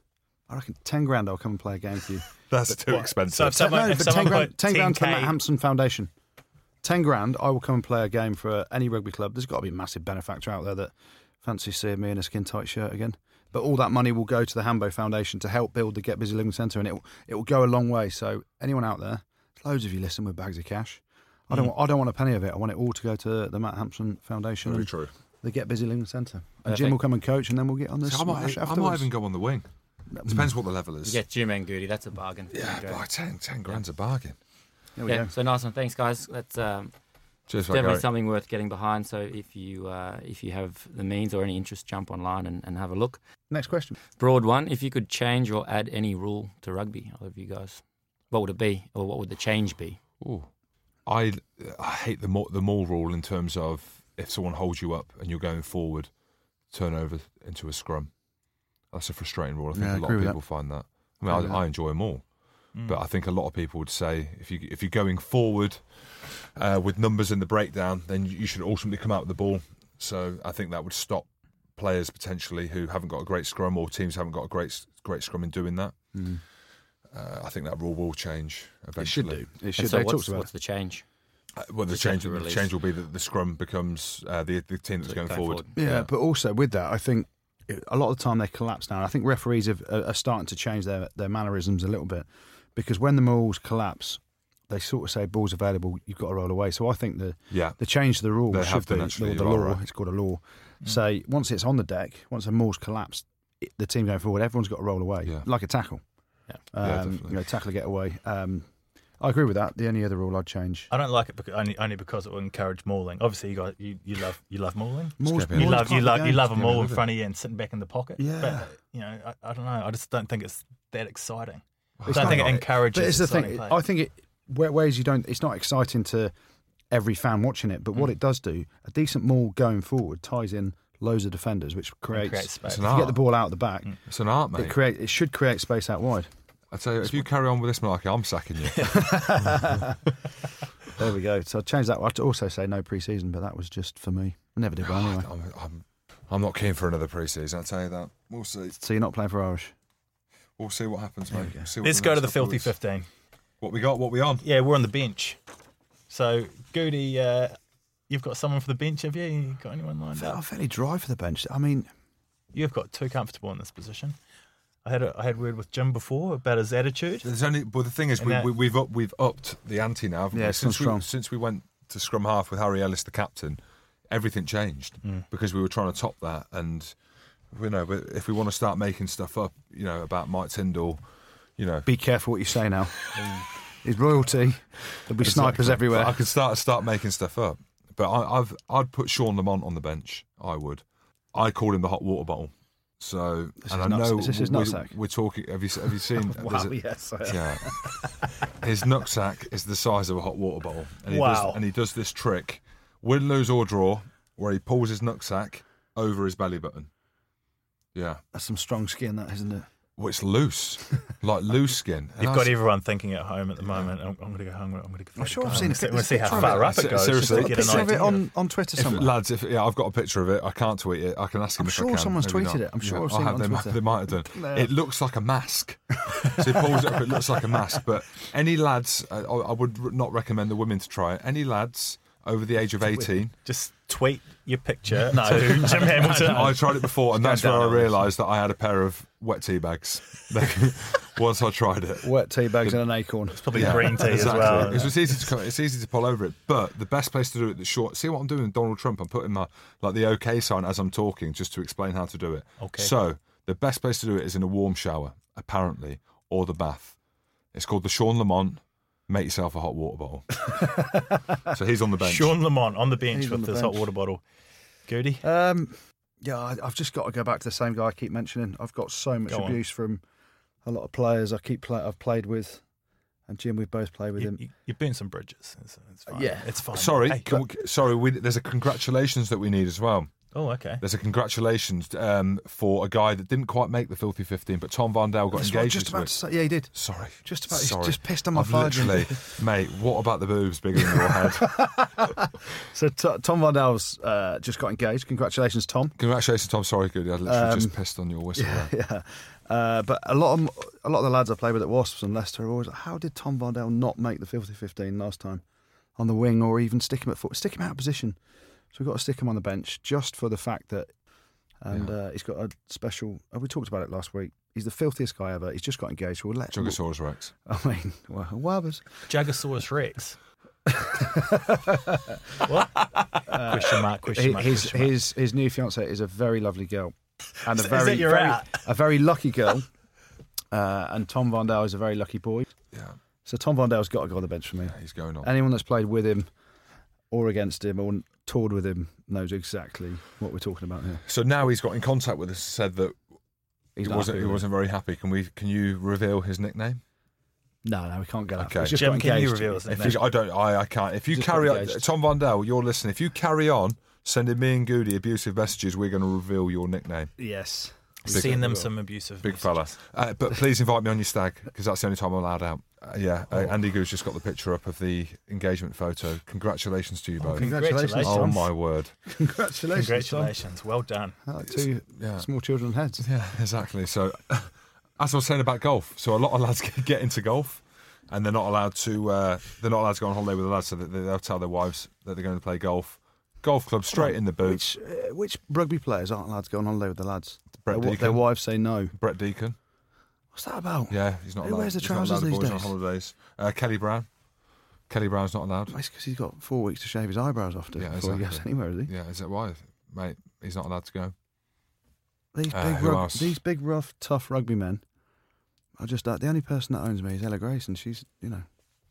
A: I reckon ten grand. I'll come and play a game for you.
B: That's too
C: So
B: expensive.
C: if someone,
A: no,
C: if
A: but
C: someone
A: ten grand,
C: put
A: 10 grand to the
C: 10K
A: Matt Hampson Foundation. Ten grand. I will come and play a game for any rugby club. There's got to be a massive benefactor out there that fancies seeing me in a skin tight shirt again. But all that money will go to the Hambo Foundation to help build the Get Busy Living Centre, and it will, it will go a long way. So anyone out there, there's loads of you listen with bags of cash. I
B: Hmm.
A: don't want, I don't want a penny of it. I want it all to go to the Matt Hampson Foundation
B: Very
A: and
B: true.
A: the Get Busy Living Centre. And Jim will come and coach, and then we'll get on this.
B: So I, might,
A: smash
B: I might
A: afterwards. Hmm.
B: even go on the wing. Depends what the level is.
H: You get Jim and Goody. That's a bargain. For
B: Yeah,
H: you, Joe.
B: but 10, 10 grand's a bargain.
A: There we
H: yeah.
A: go.
H: So nice one. Thanks, guys. That's um,
B: Cheers, for that,
H: definitely
B: Gary.
H: something worth getting behind. So if you uh, if you have the means or any interest, jump online and, and have a look.
A: Next question.
H: Broad one. If you could change or add any rule to rugby, either of you guys, what would it be, or what would the change be?
B: Ooh. I I hate the maul, the maul rule in terms of if someone holds you up and you're going forward, turn over into a scrum. That's a frustrating rule. I think
A: Yeah, I
B: a lot
A: agree
B: of
A: with
B: people find that. I mean,
A: Agree with
B: I, I enjoy them all,
A: Mm.
B: but I think a lot of people would say if you if you're going forward uh, with numbers in the breakdown, then you should ultimately come out with the ball. So I think that would stop players potentially who haven't got a great scrum or teams haven't got a great great scrum in doing that.
A: Mm.
B: Uh, I think that rule will change eventually.
A: It should do. It should.
H: and so
A: they
H: what's,
A: talked about it.
H: what's the change?
B: Uh, Well, the
H: Just
B: change,
H: have to
B: the
H: release.
B: change will be that the scrum becomes uh, the the team that's
H: So
B: going,
H: going
B: forward.
H: forward.
A: Yeah, but also with that, I think a lot of the time they collapse now. And I think referees have, are are starting to change their, their mannerisms a little bit because when the malls collapse, they sort of say ball's available, you've got to roll away. So I think the
B: Yeah.
A: the change to the rule
B: They have
A: should
B: done
A: be
B: actually,
A: or the
B: you
A: law.
B: are right. Mm.
A: It's called a law. Say once it's on the deck, once the mall's collapsed, it, the team going forward, everyone's got to roll away
B: Yeah.
A: like a tackle.
H: Yeah.
A: Um,
B: Yeah, definitely.
A: you know, tackle a getaway. Um, I agree with that. The only other rule I'd change.
C: I don't like it because, only, only because it will encourage mauling. Obviously, you got you, you love you love mauling.
A: Mauls- mauls
B: keep it in.
C: You
A: part of
C: love you
A: the
C: love you
A: game.
C: love a
B: Yeah,
C: maul in
B: isn't it?
C: front of you and sitting back in the pocket.
A: Yeah.
C: But you know, I, I don't know. I just don't think it's that exciting.
A: It's
C: I don't
A: not-
C: think it
A: but
C: encourages.
A: But it's the
C: exciting
A: thing.
C: play.
A: I think it where- ways you don't. It's not exciting to every fan watching it, but what it does do, a decent maul going forward ties in loads of defenders, which creates. Ah. Mm,
C: creates space.
A: If you get the ball out the back,
B: It's an art,
A: it
B: mate.
A: create. It should create space out wide.
B: I tell you, if you carry on with this malarkey, I'm sacking you.
A: There we go. So I changed that. I'd also say no preseason, but that was just for me. I never did one anyway.
B: I'm, I'm, I'm not keen for another pre-season. I tell you that. We'll see.
A: So you're not playing for Irish.
B: We'll see what happens, mate. We'll see what
C: Let's go to
B: next couple
C: the
B: of
C: filthy
B: weeks-
C: fifteen.
B: What we got? What we on?
C: Yeah, we're on the bench. So Goody, uh, you've got someone for the bench, have you? You got anyone lined
A: I'm
C: up?
A: fairly dry for the bench. I mean,
C: You've got too comfortable in this position. I had a, I had word with Jim before about his attitude.
B: There's only. Well, the thing is,
C: And
B: we,
C: that-
B: we, we've up, we've upped the ante now. Haven't
A: Yeah,
B: we?
A: it's gone
B: Since we
A: strong.
B: since we went to scrum half with Harry Ellis, the captain, everything changed because we were trying to top that. And you know, but if we want to start making stuff up, you know, about Mike Tyndall, you know,
A: Be careful what you say now. It's royalty. There'll be snipers
B: Exactly.
A: everywhere.
B: I could start start making stuff up. But I, I've I'd put Sean Lamont on the bench. I would. I call him the hot water bottle. So
A: This
B: and
A: is
B: I
A: nuts-
B: know
A: this is
B: we-
A: nutsack.
B: we're talking. Have you have you seen?
A: wow,
B: there's a-
A: yes.
B: yeah. His knapsack is the size of a hot water bottle. And he
C: Wow.
B: Does, and he does this trick, win, lose, or draw, where he pulls his knapsack over his belly button. Yeah.
A: That's some strong skin, that, isn't it?
B: Well, it's loose, like loose skin. And
C: You've
B: I
C: got
B: s-
C: everyone thinking at home at the moment. I'm, I'm going to go hungry. I'm going to go.
A: I'm sure I've seen a
C: I'm going to see how
A: picture of
C: far
B: it.
C: up it goes. just to
B: Seriously.
A: a
C: get an
A: picture of it
C: idea.
A: on, on Twitter
B: If-
A: somewhere.
B: lads, if, yeah, I've got a picture of it. I can't tweet it. I can ask him
A: I'm
B: if I
A: sure
B: can.
A: someone's
B: Maybe
A: tweeted
B: not.
A: it. I'm sure
B: Yeah,
A: I've
B: I
A: seen it
B: have.
A: on
B: They might,
A: Twitter.
B: they might have done.
A: No.
B: It looks like a mask. so he pulls it up. It looks like a mask. But any lads, I, I would r- not recommend the women to try it. Any lads over the age of eighteen.
C: Just tweet your picture to Jim Hamilton.
B: I tried it before, and that's
C: Stand
B: where I
C: down on this.
B: realised that I had a pair of wet tea bags. Once I tried it.
A: Wet tea bags and an acorn.
C: Probably
B: Yeah,
C: green tea
B: exactly.
C: as
B: It's,
C: well.
B: it's easy to co- it's easy to pull over it, but the best place to do it, the short. See what I'm doing, with Donald Trump. I'm putting my like the OK sign as I'm talking, just to explain how to do it.
C: Okay.
B: So the best place to do it is in a warm shower, apparently, or the bath. It's called the Sean Lamont. Make yourself a hot water bottle. so he's on the bench.
C: Sean Lamont on the bench
A: He's on
C: with
A: the
C: this hot
A: bench.
C: water bottle. Goody.
A: Um, yeah, I, I've just got to go back to the same guy I keep mentioning. I've got so much
C: Go on.
A: abuse from a lot of players I keep play, I've played with, and Jim, we've both played with
C: You,
A: him.
C: you, you've burned some bridges. It's, it's fine.
A: yeah.
C: It's fine.
B: Sorry,
C: Hey,
B: can we, sorry. We, there's a congratulations that we need as well.
C: oh, okay.
B: There's a congratulations um, for a guy that didn't quite make the filthy fifteen, but Tom Varndale
A: That's what I
B: got
A: was
B: engaged.
A: just
B: this
A: about
B: week.
A: to say, yeah, he did.
B: Sorry.
A: Just about- he's
B: Sorry.
A: just pissed on my
B: I've
A: fire
B: literally, mate. What about the boobs bigger than your head?
A: So T- Tom Van Dale's uh, just got engaged. Congratulations, Tom.
B: Congratulations, Tom. Sorry, Goody. I literally just pissed on your whistle. there.
A: Um, yeah. Uh, but a lot of a lot of the lads I play with at Wasps and Leicester are always like, how did Tom Vardell not make the filthy 15 last time on the wing or even stick him at foot? Stick him out of position. So we've got to stick him on the bench just for the fact that. And
B: Yeah.
A: uh, he's got a special. Uh, we talked about it last week. He's the filthiest guy ever. He's just got engaged. We'll let him.
B: Jugosaurus Rex.
A: I mean, well, Wabbers.
C: Jagosaurus Rex. what? question mark, question
A: His,
C: mark.
A: his
C: question mark.
A: his his new fiance is a very lovely girl, and a
C: Is that-
A: very
C: is that your
A: very
C: out?
A: a very lucky girl. uh, and Tom Vondale is a very lucky boy.
B: Yeah,
A: So Tom Vondale's got to go on the bench for me.
B: he's going on.
A: Anyone that's played with him or against him or toured with him knows exactly what we're talking about here.
B: so now he's got in contact with us. Said that
A: He's
B: he
A: not
B: wasn't.
A: happy
B: He
A: with
B: wasn't very happy. Can we? Can you reveal his nickname?
A: it. No, no, we can't go.
B: Okay.
A: Okay. Just
C: Jim,
A: got
C: can you
A: engaged.
C: reveal us?
B: If you, I don't. I, I can't. If you
A: Just
B: carry on,
A: engaged.
B: Tom Vondell, you're listening. If you carry on sending me and Goody abusive messages, we're going to reveal your nickname.
A: Yes.
C: Seeing them some abusive.
B: Big fella. Uh, but please invite me on your stag because that's the only time I'm allowed out. Uh, yeah, uh,
A: Oh.
B: Andy Goo's just got the picture up of the engagement photo. Congratulations to you both.
A: Congratulations,
C: Congratulations.
B: Oh
A: Tom.
B: my word!
A: Congratulations.
C: Congratulations. Well done.
A: Tom. Like two
B: yeah.
A: small children's heads.
B: Yeah, exactly. So, as I was saying about golf, so a lot of lads get- get into golf, and they're not allowed to. Uh, they're not allowed to go on holiday with the lads, so that they- they'll tell their wives that they're going to play golf. Golf club straight in the boot.
A: Which, uh, which rugby players aren't allowed to go on holiday with the lads?
B: Brett
A: their, their
B: Deacon.
A: wives say no.
B: Brett Deacon.
A: What's that about?
B: Yeah, he's not.
A: Who
B: allowed,
A: wears the
B: he's not allowed
A: trousers
B: the
A: these
B: boys
A: days?
B: On holidays. Uh, Kelly Brown. Kelly Brown's not allowed.
A: It's because he's got four weeks to shave his eyebrows off to
B: Yeah,
A: before he goes
B: exactly.
A: anywhere, is he?
B: Yeah, is that why, mate? He's not allowed to go.
A: These
B: Uh,
A: big,
B: who
A: rug,
B: else?
A: these big, rough, tough rugby men. I just like the only person that owns me is Ella Grace, and she's you know,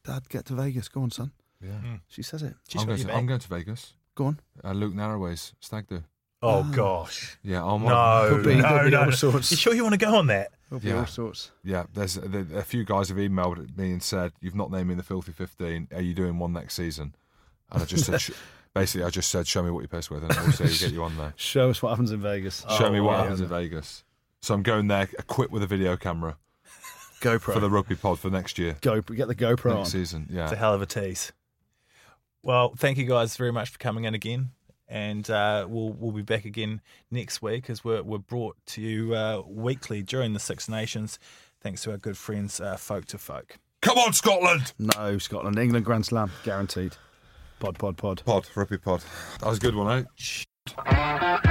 A: Dad, get to Vegas. Go on, son.
B: Yeah,
A: She says it.
C: She's
B: I'm,
C: Hmm. got
B: going
C: your
B: to,
C: back.
B: I'm going to Vegas.
A: Go on.
B: Uh, Luke Narroways stag do.
C: Oh, gosh.
B: Yeah, oh my.
C: No.
A: Could be-
C: no,
A: could be
C: no,
A: all
C: no.
A: sorts.
C: You sure you want to go on that?
A: There'll be
B: Yeah.
A: all sorts.
B: Yeah, there's a, a few guys have emailed me and said, "You've not named me in the filthy 15. Are you doing one next season?" And I just said, sh- basically, I just said, "Show me what you're pissed with, and we'll see who get you on there.
A: Show us what happens in Vegas.
B: Show
C: Oh,
B: me what happens in Vegas." So I'm going there equipped with a video camera
A: GoPro.
B: for the rugby pod for next year,
A: Go get the GoPro
B: next
A: on.
B: season. Yeah,
C: It's a hell of a tease. Well, thank you guys very much for coming in again, and uh, we'll we'll be back again next week as we're we're brought to you uh, weekly during the Six Nations, thanks to our good friends uh, Folk to Folk.
B: come on, Scotland
A: No, Scotland, England, Grand Slam, guaranteed. Pod, pod, pod.
B: pod, rugby pod. That was a good one, eh?